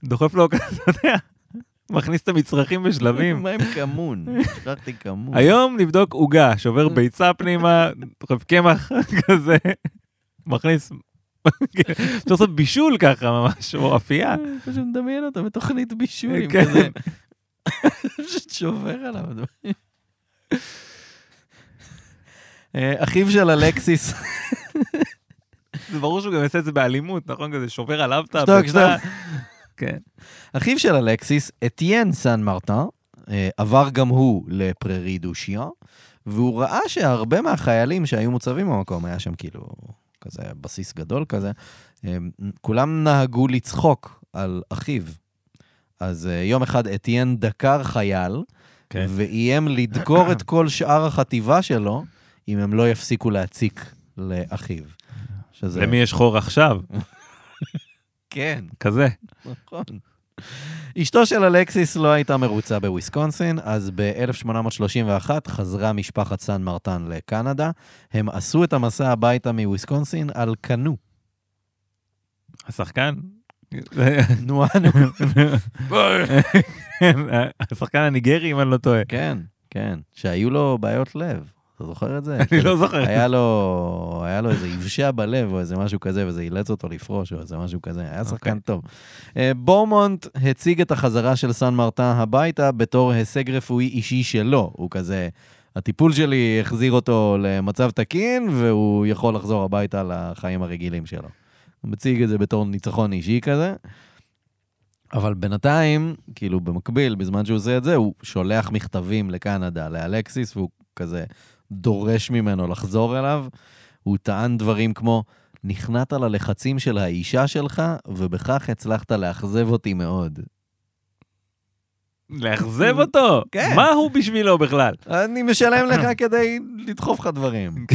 A: דוחף לו כזה, אתה יודע, מכניס את המצרכים בשלבים.
B: מה עם כמון? שכחתי כמון.
A: היום נבדוק עוגה, שובר ביצה פנימה, דוחף קמח כזה, מכניס... אפשר לעשות בישול ככה ממש, או אפייה.
B: אני אה, פשוט מדמיין אותו בתוכנית בישול עם
A: כן.
B: כזה. פשוט שובר עליו. דברים. אה, אחיו של אלקסיס,
A: זה ברור שהוא גם יעשה את זה באלימות, נכון? כזה שובר עליו את
B: שתוק,
A: הביצה. כן.
B: אחיו של אלקסיס, אתיין סן מרטן, אה, עבר גם הוא לפררי דושיון, והוא ראה שהרבה מהחיילים שהיו מוצבים במקום, היה שם כאילו כזה בסיס גדול כזה, הם, כולם נהגו לצחוק על אחיו. אז אה, יום אחד אתיין דקר חייל,
A: כן.
B: ואיים לדקור את כל שאר החטיבה שלו, אם הם לא יפסיקו להציק לאחיו. שזה...
A: למי יש חור עכשיו?
B: כן.
A: כזה.
B: נכון. אשתו של אלקסיס לא הייתה מרוצה בוויסקונסין, אז ב-1831 חזרה משפחת סן מרטן לקנדה. הם עשו את המסע הביתה מוויסקונסין על קנו.
A: השחקן?
B: נו, אנו.
A: השחקן הניגרי, אם אני לא טועה.
B: כן, כן. שהיו לו בעיות לב. אתה זוכר את זה?
A: אני לא זוכר.
B: היה לו, היה לו איזה יבשה בלב או איזה משהו כזה, וזה אילץ אותו לפרוש או איזה משהו כזה, היה שחקן
A: אוקיי.
B: טוב. אה, בורמונט הציג את החזרה של סן מרטן הביתה בתור הישג רפואי אישי שלו. הוא כזה, הטיפול שלי החזיר אותו למצב תקין, והוא יכול לחזור הביתה לחיים הרגילים שלו. הוא מציג את זה בתור ניצחון אישי כזה. אבל בינתיים, כאילו במקביל, בזמן שהוא עושה את זה, הוא שולח מכתבים לקנדה, לאלקסיס, והוא כזה דורש ממנו לחזור אליו, הוא טען דברים כמו, נכנעת ללחצים של האישה שלך, ובכך הצלחת לאכזב אותי מאוד.
A: לאכזב אותו?
B: כן.
A: מה הוא בשבילו בכלל?
B: אני משלם לך כדי לדחוף לך דברים.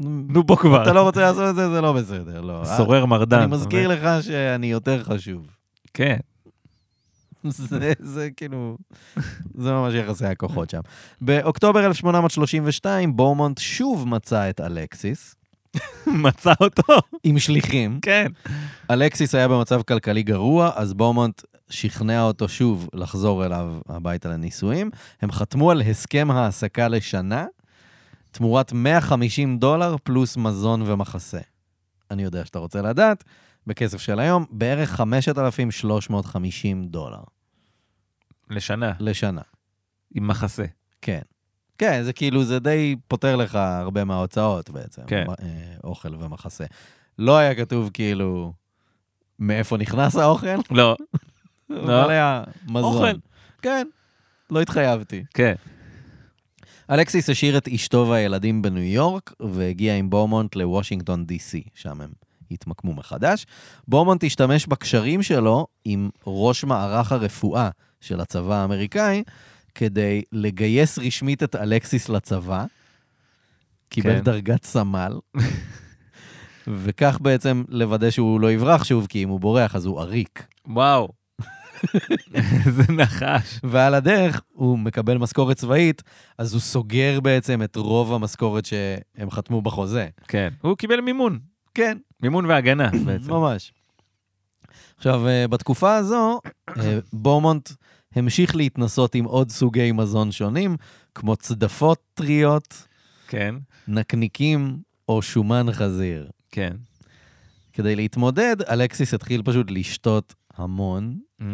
A: נו, בוא כבר.
B: אתה לא רוצה לעשות את זה, זה לא בסדר, לא.
A: סורר מרדן.
B: אני מזכיר לך שאני יותר חשוב.
A: כן.
B: זה, זה כאילו, זה ממש יחסי הכוחות שם. באוקטובר 1832, בורמונט שוב מצא את אלקסיס,
A: מצא אותו?
B: עם שליחים.
A: כן.
B: אלקסיס היה במצב כלכלי גרוע, אז בורמונט שכנע אותו שוב לחזור אליו הביתה לנישואים. הם חתמו על הסכם העסקה לשנה, תמורת 150 דולר פלוס מזון ומחסה. אני יודע שאתה רוצה לדעת, בכסף של היום, בערך 5,350 דולר
A: לשנה,
B: לשנה.
A: עם מחסה.
B: כן. כן, זה כאילו, זה די פותר לך הרבה מההוצאות בעצם.
A: כן.
B: אה, אוכל ומחסה. לא היה כתוב כאילו מאיפה נכנס האוכל,
A: לא,
B: אבל היה מזון.
A: אוכל.
B: כן, לא התחייבתי.
A: כן.
B: אלכסיס השאיר את אשתו והילדים בניו יורק, והגיע עם בורמונט לוושינגטון די.סי, שם הם התמקמו מחדש. בורמונט השתמש בקשרים שלו עם ראש מערך הרפואה של הצבא האמריקאי, כדי לגייס רשמית את אלכסיס לצבא. קיבל
A: כן.
B: כן. דרגת סמל. וכך בעצם לוודא שהוא לא יברח שוב, כי אם הוא בורח אז הוא עריק.
A: וואו. איזה נחש.
B: ועל הדרך הוא מקבל משכורת צבאית, אז הוא סוגר בעצם את רוב המשכורת שהם חתמו בחוזה.
A: כן. הוא קיבל מימון.
B: כן,
A: מימון והגנה בעצם.
B: ממש. עכשיו, אה, בתקופה הזו, אה, בורמונט המשיך להתנסות עם עוד סוגי מזון שונים, כמו צדפות טריות,
A: כן,
B: נקניקים או שומן חזיר.
A: כן.
B: כדי להתמודד, אלקסיס התחיל פשוט לשתות המון,
A: Mm,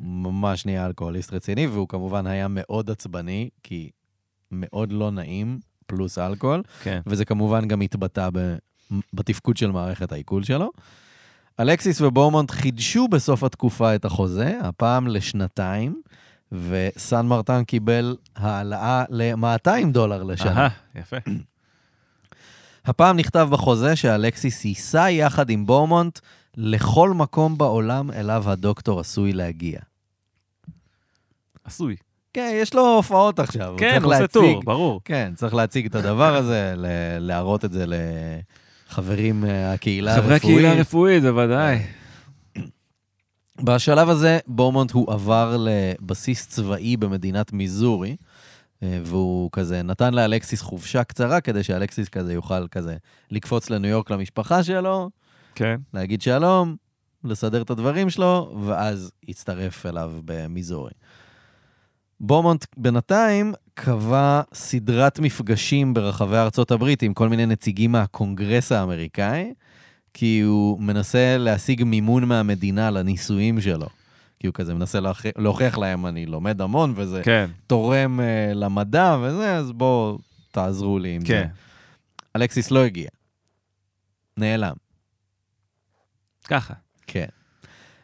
B: הוא ממש נהיה אלכוהוליסט רציני, והוא כמובן היה מאוד עצבני, כי מאוד לא נעים, פלוס אלכוהול,
A: כן.
B: וזה כמובן גם התבטא ב... בתפקוד של מערכת העיכול שלו. אלקסיס ובורמונט חידשו בסוף התקופה את החוזה, הפעם לשנתיים, וסן מרטן קיבל העלאה ל-200 דולר לשנה.
A: אהה, יפה.
B: הפעם נכתב בחוזה שאלקסיס ייסע יחד עם בורמונט לכל מקום בעולם אליו הדוקטור עשוי להגיע.
A: עשוי.
B: כן, יש לו הופעות עכשיו.
A: כן,
B: צריך
A: הוא עושה
B: להציג-
A: טור, ברור.
B: כן, צריך להציג את הדבר הזה, ל- להראות את זה לחברים מהקהילה
A: חברי
B: הרפואית.
A: הקהילה הרפואית, בוודאי.
B: בשלב הזה, בורמונט הוא עבר לבסיס צבאי במדינת מיזורי, אה, והוא כזה נתן לאלקסיס חופשה קצרה, כדי שאלקסיס כזה יוכל כזה לקפוץ לניו יורק למשפחה שלו,
A: כן.
B: להגיד שלום, לסדר את הדברים שלו, ואז הצטרף אליו במיזורי. בומונט בינתיים קבע סדרת מפגשים ברחבי ארצות הברית עם כל מיני נציגים מהקונגרס האמריקאי, כי הוא מנסה להשיג מימון מהמדינה לניסויים שלו. כי הוא כזה מנסה להוכיח- להוכיח להם, אני לומד המון וזה
A: כן,
B: תורם אה, למדע וזה, אז בואו תעזרו לי עם זה.
A: כן.
B: אלקסיס לא הגיע. נעלם.
A: ככה.
B: כן.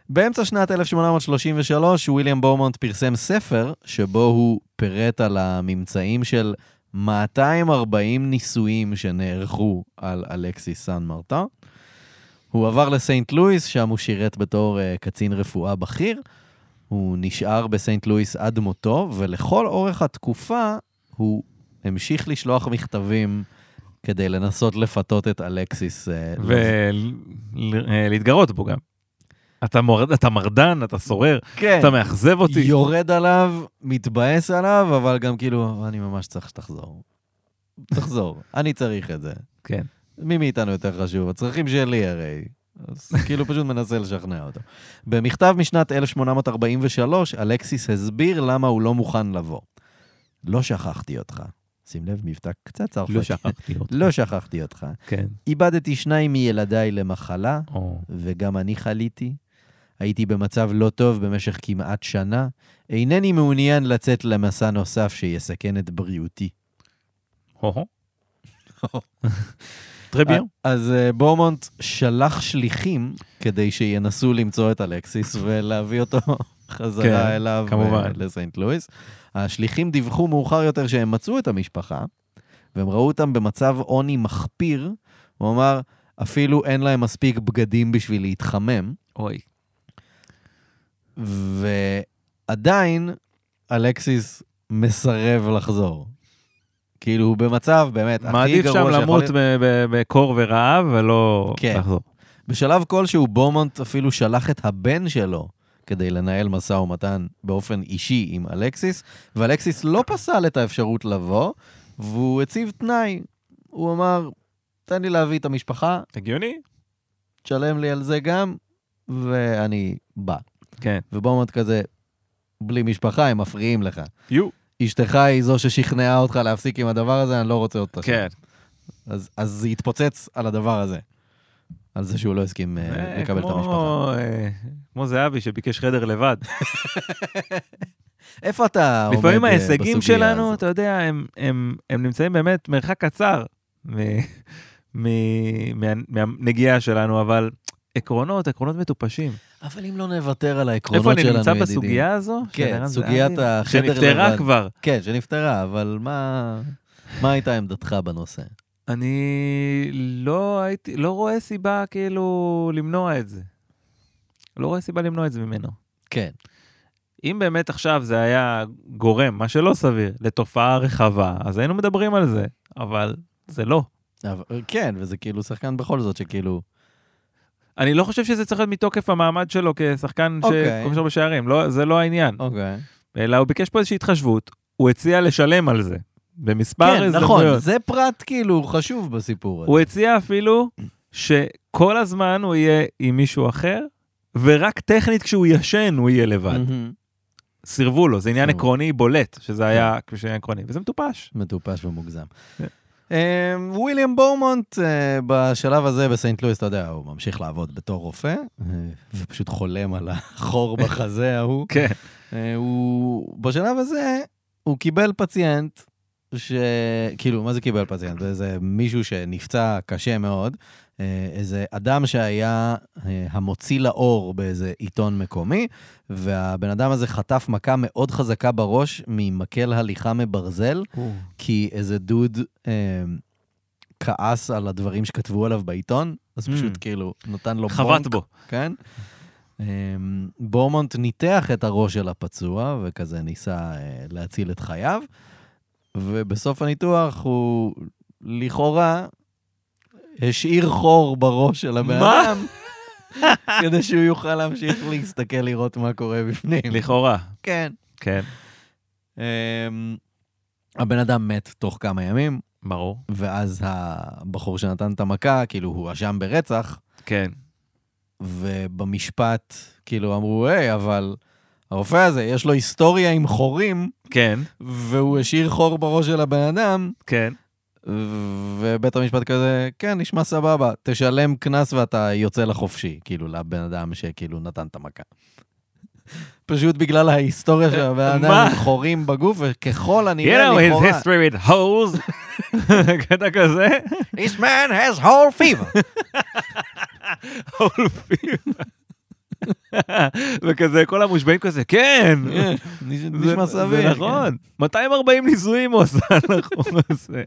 B: באמצע שנת 1833, וויליאם בורמונט פרסם ספר שבו הוא פירט על הממצאים של 240 ניסויים שנערכו על אלכסיס סן מרטן. הוא עבר לסיינט לואיס, שם הוא שירת בתור אה, קצין רפואה בכיר. הוא נשאר בסיינט לואיס עד מותו, ולכל אורך התקופה הוא המשיך לשלוח מכתבים כדי לנסות לפתות את אלכסיס. אה,
A: ולהתגרות בו אה, גם. אתה מור- אתה מרדן, אתה סורר,
B: כן.
A: אתה מאכזב אותי.
B: יורד עליו, מתבאס עליו, אבל גם כאילו, אני ממש צריך שתחזור. תחזור, אני צריך את זה.
A: כן.
B: מי מאיתנו יותר חשוב? הצרכים שלי הרי. אז כאילו פשוט מנסה לשכנע אותו. במכתב משנת 1843, אלקסיס הסביר למה הוא לא מוכן לבוא. לא שכחתי אותך. שים לב, מבטא קצת צרפתי.
A: לא שכחתי אותך.
B: לא שכחתי אותך.
A: כן.
B: איבדתי שניים מילדיי למחלה,
A: או.
B: וגם אני חליתי. הייתי במצב לא טוב במשך כמעט שנה. אינני מעוניין לצאת למסע נוסף שיסכן את בריאותי.
A: הו-הו. טרביון.
B: אז אה, בורמונט שלח שליחים כדי שינסו למצוא את אלקסיס ולהביא אותו חזרה
A: כן,
B: אליו
A: כמובן.
B: אה, לסיינט לואיס. השליחים דיווחו מאוחר יותר שהם מצאו את המשפחה, והם ראו אותם במצב עוני מחפיר, הוא אמר, אפילו אין להם מספיק בגדים בשביל להתחמם.
A: אוי.
B: ועדיין אלקסיס מסרב לחזור. כאילו, הוא במצב באמת הכי
A: מעדיף
B: גרוע
A: שם
B: שיכול
A: למות
B: להיות.
A: ב- ב- בקור ורעב, ולא
B: כן.
A: לחזור.
B: בשלב כלשהו בומונט אפילו שלח את הבן שלו כדי לנהל משא ומתן באופן אישי עם אלקסיס, ואלקסיס לא פסל את האפשרות לבוא, והוא הציב תנאי. הוא אמר, תן לי להביא את המשפחה,
A: הגיוני?
B: תשלם לי על זה גם, ואני בא.
A: כן.
B: ובומונט כזה, בלי משפחה, הם מפריעים לך.
A: יו.
B: אשתך היא זו ששכנעה אותך להפסיק עם הדבר הזה, אני לא רוצה אותך.
A: כן.
B: אז, אז זה התפוצץ על הדבר הזה. על זה שהוא לא הסכים אה,
A: אה,
B: לקבל את
A: כמו,
B: המשפחה.
A: אה, כמו זהבי שביקש חדר לבד.
B: איפה אתה עומד אה,
A: לפעמים
B: בסוגיה הזאת?
A: ההישגים שלנו, אתה יודע, הם- הם הם נמצאים באמת מרחק קצר מ- מ- מה- מהנגיעה שלנו, אבל עקרונות, עקרונות מטופשים.
B: אבל אם לא נוותר על
A: איפה
B: העקרונות
A: אני
B: שלנו, ידידים.
A: נמצא בסוגיה הזו? של
B: כן,
A: ערן
B: סוגיית
A: זהבי?
B: החדר
A: שנפתרה
B: לבד.
A: כבר.
B: כן, שנפתרה, אבל מה... מה הייתה עמדתך בנושא?
A: אני לא הייתי, לא רואה סיבה כאילו למנוע את זה. לא רואה סיבה למנוע את זה ממנו.
B: כן,
A: אם באמת עכשיו זה היה גורם, מה שלא סביר, לתופעה רחבה, אז היינו מדברים על זה, אבל זה לא.
B: אבל, כן, וזה כאילו שחקן בכל זאת שכאילו...
A: אני לא חושב שזה צריך להיות מתוקף המעמד שלו כשחקן
B: אוקיי.
A: שכובש הרבה שערים, לא, זה לא העניין.
B: אוקיי.
A: אלא הוא ביקש פה איזושהי התחשבות, הוא הציע לשלם על זה, במספר
B: כן,
A: הזדמנויות.
B: נכון, זה פרט כאילו חשוב בסיפור הזה.
A: הוא הציע אפילו שכל הזמן הוא יהיה עם מישהו אחר, ורק טכנית כשהוא ישן הוא יהיה לבד.
B: מהמם.
A: סירבו לו, זה עניין
B: סירבו.
A: עקרוני בולט, שזה היה כשהיה עקרוני, וזה מטופש.
B: מטופש ומוגזם.
A: כן.
B: אה, וויליאם בורמונט אה, בשלב הזה בסנט לואיס, אתה יודע, הוא ממשיך לעבוד בתור רופא, אה, ופשוט חולם על החור בחזה ההוא.
A: כן.
B: אה, הוא, בשלב הזה, הוא קיבל פציינט, ש... כאילו, מה זה קיבל פציינט? זה- זה מישהו שנפצע קשה מאוד, אה, איזה אדם שהיה אה, המוציא לאור באיזה עיתון מקומי, והבן אדם הזה חטף מכה מאוד חזקה בראש ממקל הליכה מברזל, כי איזה דוד אה, כעס על הדברים שכתבו עליו בעיתון, אז
A: Mm.
B: פשוט כאילו נתן לו
A: חבט בו.
B: כן? אמ, בורמונט ניתח את הראש של הפצוע, וכזה ניסה אה, להציל את חייו, ובסוף הניתוח הוא לכאורה השאיר חור בראש של הבן
A: מה?
B: אדם, כדי שהוא יוכל להמשיך להסתכל לראות מה קורה בפנים.
A: לכאורה.
B: כן.
A: כן,
B: אמ, הבן אדם מת תוך כמה ימים,
A: ברור.
B: ואז הבחור שנתן את המכה, כאילו, הוא הואשם ברצח,
A: כן.
B: ובמשפט כאילו אמרו, היי, אבל הרופא הזה, יש לו היסטוריה עם חורים,
A: כן,
B: והוא השאיר חור בראש של הבן אדם,
A: כן.
B: ובית המשפט כזה, כן, נשמע סבבה, תשלם קנס ואתה יוצא לחופשי, כאילו, לבן אדם שכאילו נתן את המכה. פשוט בגלל ההיסטוריה של הבן
A: מה?
B: אדם עם חורים בגוף, וככל
A: You
B: הנראה
A: know his
B: לכאורה...
A: history with holes. קטע כזה.
B: This man has whole fever.
A: hole fever. וכזה, כל המושבעים כזה, כן. זה-
B: נשמע סביר.
A: זה
B: כן.
A: נכון. 240 ניסויים הוא עשה לחום הזה.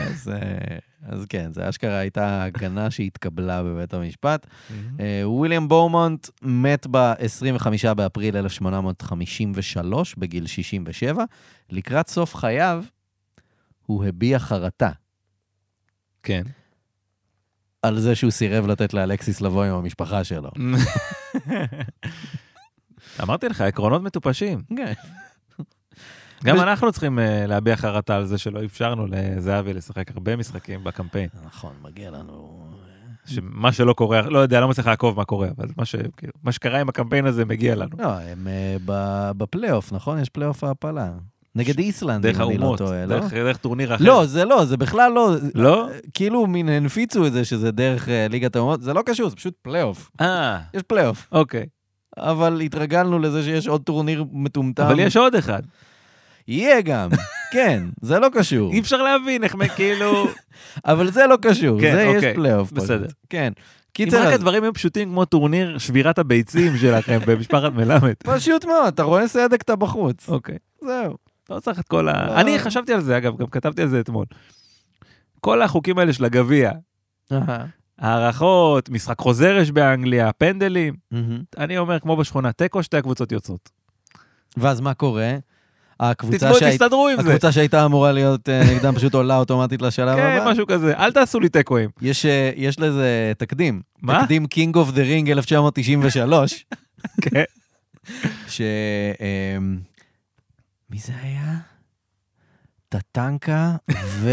B: אז, אה, אז כן, זה אשכרה הייתה הגנה שהתקבלה בבית המשפט. אה, וויליאם בורמונט מת ב-25 באפריל 1853, בגיל 67. לקראת סוף חייו, הוא הביע חרטה
A: כן.
B: על זה שהוא סירב לתת לאלקסיס לבוא עם המשפחה שלו.
A: אמרתי לך, עקרונות מטופשים.
B: כן.
A: גם
B: וש-
A: אנחנו צריכים אה, להביע חרטה על זה שלא אפשרנו לזהבי לשחק הרבה משחקים בקמפיין.
B: נכון, מגיע לנו...
A: שמה שלא קורה, לא יודע, לא מצליח לעקוב מה קורה, אבל מה, ש, כאילו, מה שקרה עם הקמפיין הזה מגיע לנו.
B: לא, הם אה, ב- בפלייאוף, נכון? יש פלייאוף העפלה. נגד איסלנד,
A: דרך
B: אם אני לא
A: האומות,
B: טועה, לא?
A: דרך, דרך טורניר אחר.
B: לא, זה לא, זה בכלל לא...
A: לא?
B: כאילו מין הנפיצו את זה שזה דרך אה, ליגת האומות, זה לא קשור, זה פשוט פלייאוף.
A: אה,
B: יש פלייאוף.
A: אוקיי.
B: אבל התרגלנו לזה שיש עוד טורניר מטומטם.
A: אבל יש עוד אחד.
B: יהיה גם, כן, זה לא קשור.
A: אי אפשר להבין איך, מה- כאילו...
B: אבל זה לא קשור,
A: כן,
B: זה יש
A: אוקיי,
B: פלייאוף פשוט.
A: בסדר.
B: כן.
A: אם
B: קיצר,
A: רק
B: אז
A: הדברים היו פשוטים כמו טורניר שבירת הביצים שלכם במשפחת מלמד.
B: פשוט מאוד, אתה רואה סדק, אתה בחוץ.
A: אוקיי.
B: זהו.
A: לא צריך את כל
B: לא.
A: ה... אני חשבתי על זה, אגב, גם כתבתי על זה אתמול. כל החוקים האלה של הגביע, הערכות, משחק חוזר יש באנגליה, פנדלים,
B: מהמם.
A: אני אומר, כמו בשכונה, תיקו, שתי הקבוצות יוצאות.
B: ואז מה קורה? הקבוצה,
A: תתמודד,
B: שהי...
A: תסתדרו עם זה.
B: הקבוצה שהייתה אמורה להיות אה, נגדם פשוט עולה אוטומטית לשלב
A: כן,
B: הבא.
A: משהו כזה. אל תעשו לי תיקואים.
B: יש, אה, יש לזה תקדים.
A: מה?
B: תקדים קינג אוף דה רינג 1993,
A: כן.
B: ש... אה, מי זה היה? טטנקה ו...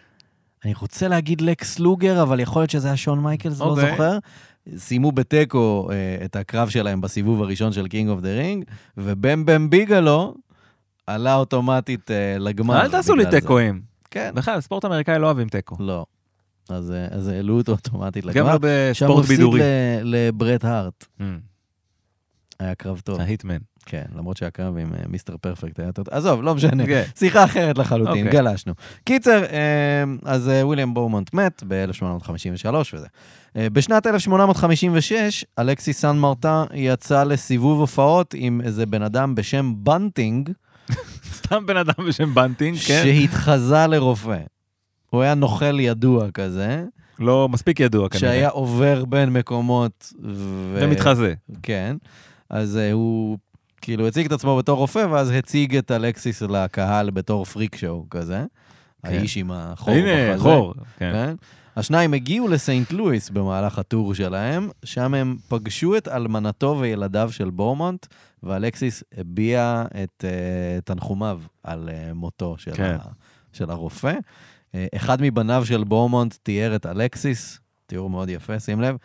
B: אני רוצה להגיד לקס לוגר, אבל יכול להיות שזה היה שון מייקלס, לא
A: אוקיי.
B: זוכר. סיימו בתיקו אה, את הקרב שלהם בסיבוב הראשון של קינג אוף דה רינג, ובם בם ביגלו עלה אוטומטית אה, לגמר.
A: אל תעשו לי
B: בגלל זה.
A: תיקואים.
B: כן,
A: בכלל, ספורט אמריקאי לא אוהבים תיקו.
B: לא. אז אה, אז העלו אותו אוטומטית
A: גם
B: לגמר.
A: לא בספורט בידורי.
B: שם הפסיד ל- לברט הארט.
A: אמ,
B: היה קרב טוב.
A: ההיטמן.
B: כן, למרות שהקרב עם אה, מיסטר פרפקט היה יותר... עזוב, לא משנה.
A: כן.
B: שיחה אחרת לחלוטין,
A: אוקיי.
B: גלשנו. קיצר, אה, אז אה, וויליאם בורמונט מת ב-1853 וזה. אה, בשנת 1856, אלכסיס סן מרטן יצא לסיבוב הופעות עם איזה בן אדם בשם בנטינג,
A: סתם בן אדם בשם בנטינג, כן?
B: שהתחזה לרופא. הוא היה נוכל ידוע כזה,
A: לא מספיק ידוע כנראה.
B: שהיה אה, עובר בין מקומות ו...
A: ומתחזה.
B: כן. אז אה, הוא כאילו הציג את עצמו בתור רופא, ואז הציג את אלקסיס לקהל בתור פריק שואו כזה.
A: כן.
B: האיש עם החור בחזה.
A: הנה, חור. כן.
B: כן. השניים הגיעו לסיינט לואיס במהלך הטור שלהם, שם הם פגשו את אלמנתו וילדיו של בורמונט, ואלקסיס הביע את אה, תנחומיו על אה, מותו של,
A: כן.
B: ה, של הרופא. אה, אחד מבניו של בורמונט תיאר את אלקסיס, תיאור מאוד יפה, שים לב,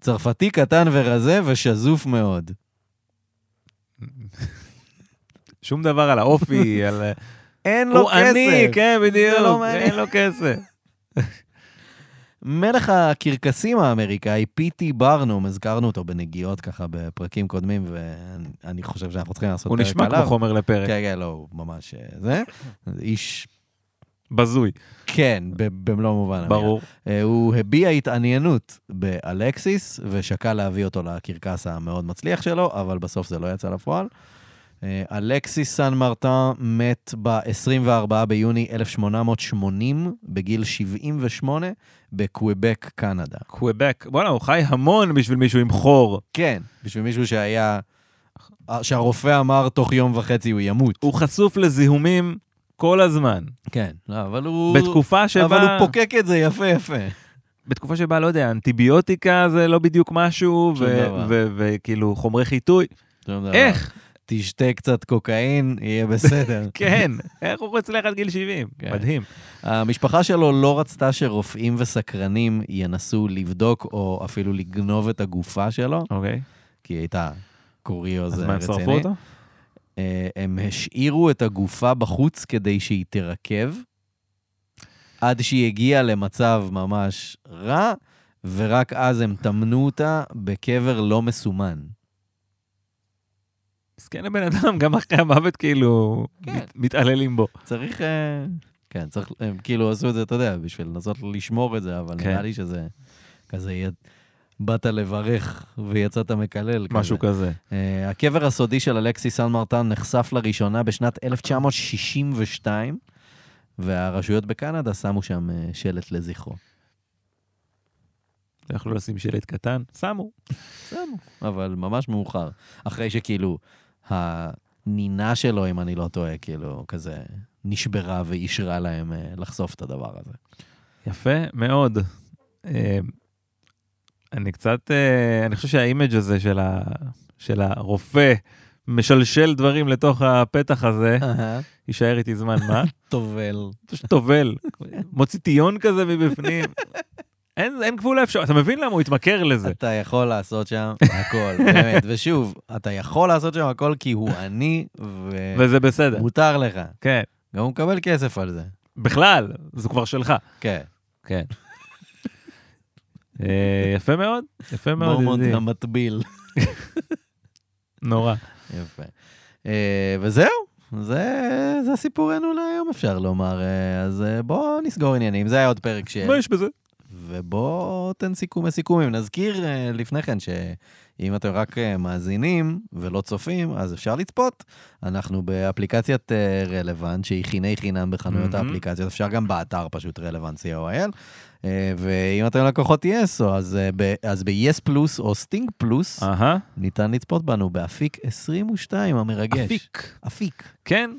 B: צרפתי קטן ורזה ושזוף מאוד.
A: שום דבר על האופי, על... אה,
B: אין לו
A: הוא
B: כסף.
A: עני, כן, בדיוק.
B: מעניין.
A: אין לו כסף.
B: מלך הקרקסים האמריקאי, פיטי ברנום, הזכרנו אותו בנגיעות ככה בפרקים קודמים, ואני חושב שאנחנו צריכים לעשות
A: הוא
B: פרק
A: נשמע
B: עליו.
A: כמו חומר לפרק.
B: כן, כן, לא, הוא ממש אה, זה. איש,
A: בזוי,
B: כן, ב- במלוא מובן. המילה.
A: ברור.
B: אה, הוא הביע התעניינות באלקסיס, ושקל להביא אותו לקרקס המאוד מצליח שלו, אבל בסוף זה לא יצא לפועל. אה, אלקסיס סן מרטן מת ב-24 ביוני 1880, בגיל 78, בקוויבק, קנדה.
A: קוויבק. בואנה, הוא חי המון בשביל מישהו עם חור.
B: כן, בשביל מישהו שהיה... אה, שהרופא אמר תוך יום וחצי הוא ימות.
A: הוא חשוף לזיהומים כל הזמן.
B: כן, לא, אבל הוא...
A: בתקופה שבה...
B: אבל הוא פוקק את זה יפה יפה.
A: בתקופה שבה, לא יודע, אנטיביוטיקה זה לא בדיוק משהו,
B: שום דבר. אה.
A: ו- ו- וכאילו חומרי חיטוי. איך?
B: לא תשתה קצת קוקאין, יהיה בסדר.
A: כן. איך הוא הצליח עד גיל 70?
B: כן.
A: מדהים.
B: המשפחה שלו לא רצתה שרופאים וסקרנים ינסו לבדוק או אפילו לגנוב את הגופה שלו,
A: אוקיי.
B: כי היא הייתה קוריוז
A: אז אה,
B: רציני.
A: מה, הם שרפו אותו?
B: אה, הם השאירו את הגופה בחוץ כדי שהיא תירקב, עד שהיא הגיעה למצב ממש רע, ורק אז הם טמנו אותה בקבר לא מסומן.
A: מסכן כן, הבן אדם, גם אחרי המוות כאילו
B: כן.
A: מת- מתעללים בו.
B: צריך... אה, כן, צריך... הם כאילו עשו את זה, אתה יודע, בשביל לנסות לשמור את זה, אבל
A: כן.
B: נראה לי שזה כזה יהיה... באת לברך ויצאת מקלל.
A: משהו כזה.
B: אה, הקבר הסודי של אלכסיס סן מרטן נחשף לראשונה בשנת 1962, והרשויות בקנדה שמו שם אה, שלט לזכרו.
A: לא יכלו לשים שלט קטן? שמו.
B: שמו. אבל ממש מאוחר. אחרי שכאילו, הנינה שלו, אם אני לא טועה, כאילו, כזה נשברה ואישרה להם אה, לחשוף את הדבר הזה.
A: יפה מאוד. אה, אני קצת, אה, אני חושב שהאימג' הזה של ה- של הרופא משלשל דברים לתוך הפתח הזה, יישאר איתי זמן מה?
B: טובל.
A: פשוט טובל, מוציא טיון כזה מבפנים. אין, אין גבול לאפשר, אתה מבין למה הוא התמכר לזה.
B: אתה יכול לעשות שם הכל, באמת. ושוב, אתה יכול לעשות שם הכל כי הוא עני, כן.
A: וזה בסדר,
B: ומותר לך.
A: כן.
B: גם הוא מקבל כסף על זה.
A: בכלל, זה כבר שלך.
B: כן.
A: כן. אה, יפה מאוד, יפה מאוד,
B: מורמונט
A: ידידי.
B: המטביל.
A: נורא.
B: יפה. אה, וזהו, זה, זה סיפורנו להיום, אפשר לומר. אה, אז אה, בואו נסגור עניינים. זה היה עוד פרק של...
A: מה יש בזה?
B: ו... ובוא תן סיכומי סיכומים. נזכיר אה, לפני כן שאם אתם רק אה, מאזינים ולא צופים, אז אפשר לצפות. אנחנו באפליקציית אה, רלוונט, שהיא חיני חינם בחנויות
A: מהמם.
B: האפליקציות, אפשר גם באתר פשוט רלוונט co.il. אה, ואם אתם לקוחות יס, אז אה, ב- אז ב-yes פלוס או סטינג פלוס,
A: אהה.
B: ניתן לצפות בנו באפיק 22 המרגש.
A: אפיק.
B: אפיק.
A: כן,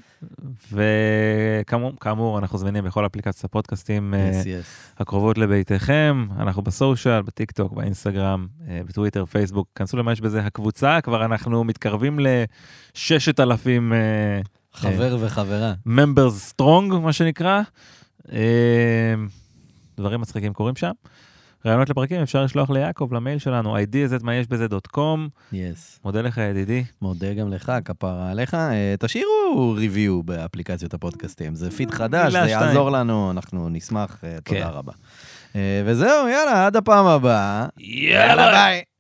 A: וכאמור, אנחנו זמינים בכל אפליקציות הפודקאסטים אה,
B: יס, יס.
A: הקרובות לביתכם, אנחנו בסושיאל, בטיק טוק, באינסטגרם, אה, בטוויטר, פייסבוק, כנסו למה יש בזה הקבוצה, כבר אנחנו מתקרבים אה, ל-6,000
B: חבר וחברה.
A: members strong, מה שנקרא. אה, דברים מצחיקים קורים שם. רעיונות לפרקים אפשר לשלוח ליעקב, למייל שלנו, ideas@myeshbזה.com.
B: יס.
A: מודה לך ידידי.
B: מודה גם לך, כפרה עליך. אה, תשאירו ריוויו באפליקציות הפודקאסטים, זה פיד חדש, זה
A: מילה שתיים.
B: יעזור לנו, אנחנו נשמח, אה,
A: כן.
B: תודה רבה. אה, וזהו, יאללה, עד הפעם הבאה.
A: יאללה
B: ביי.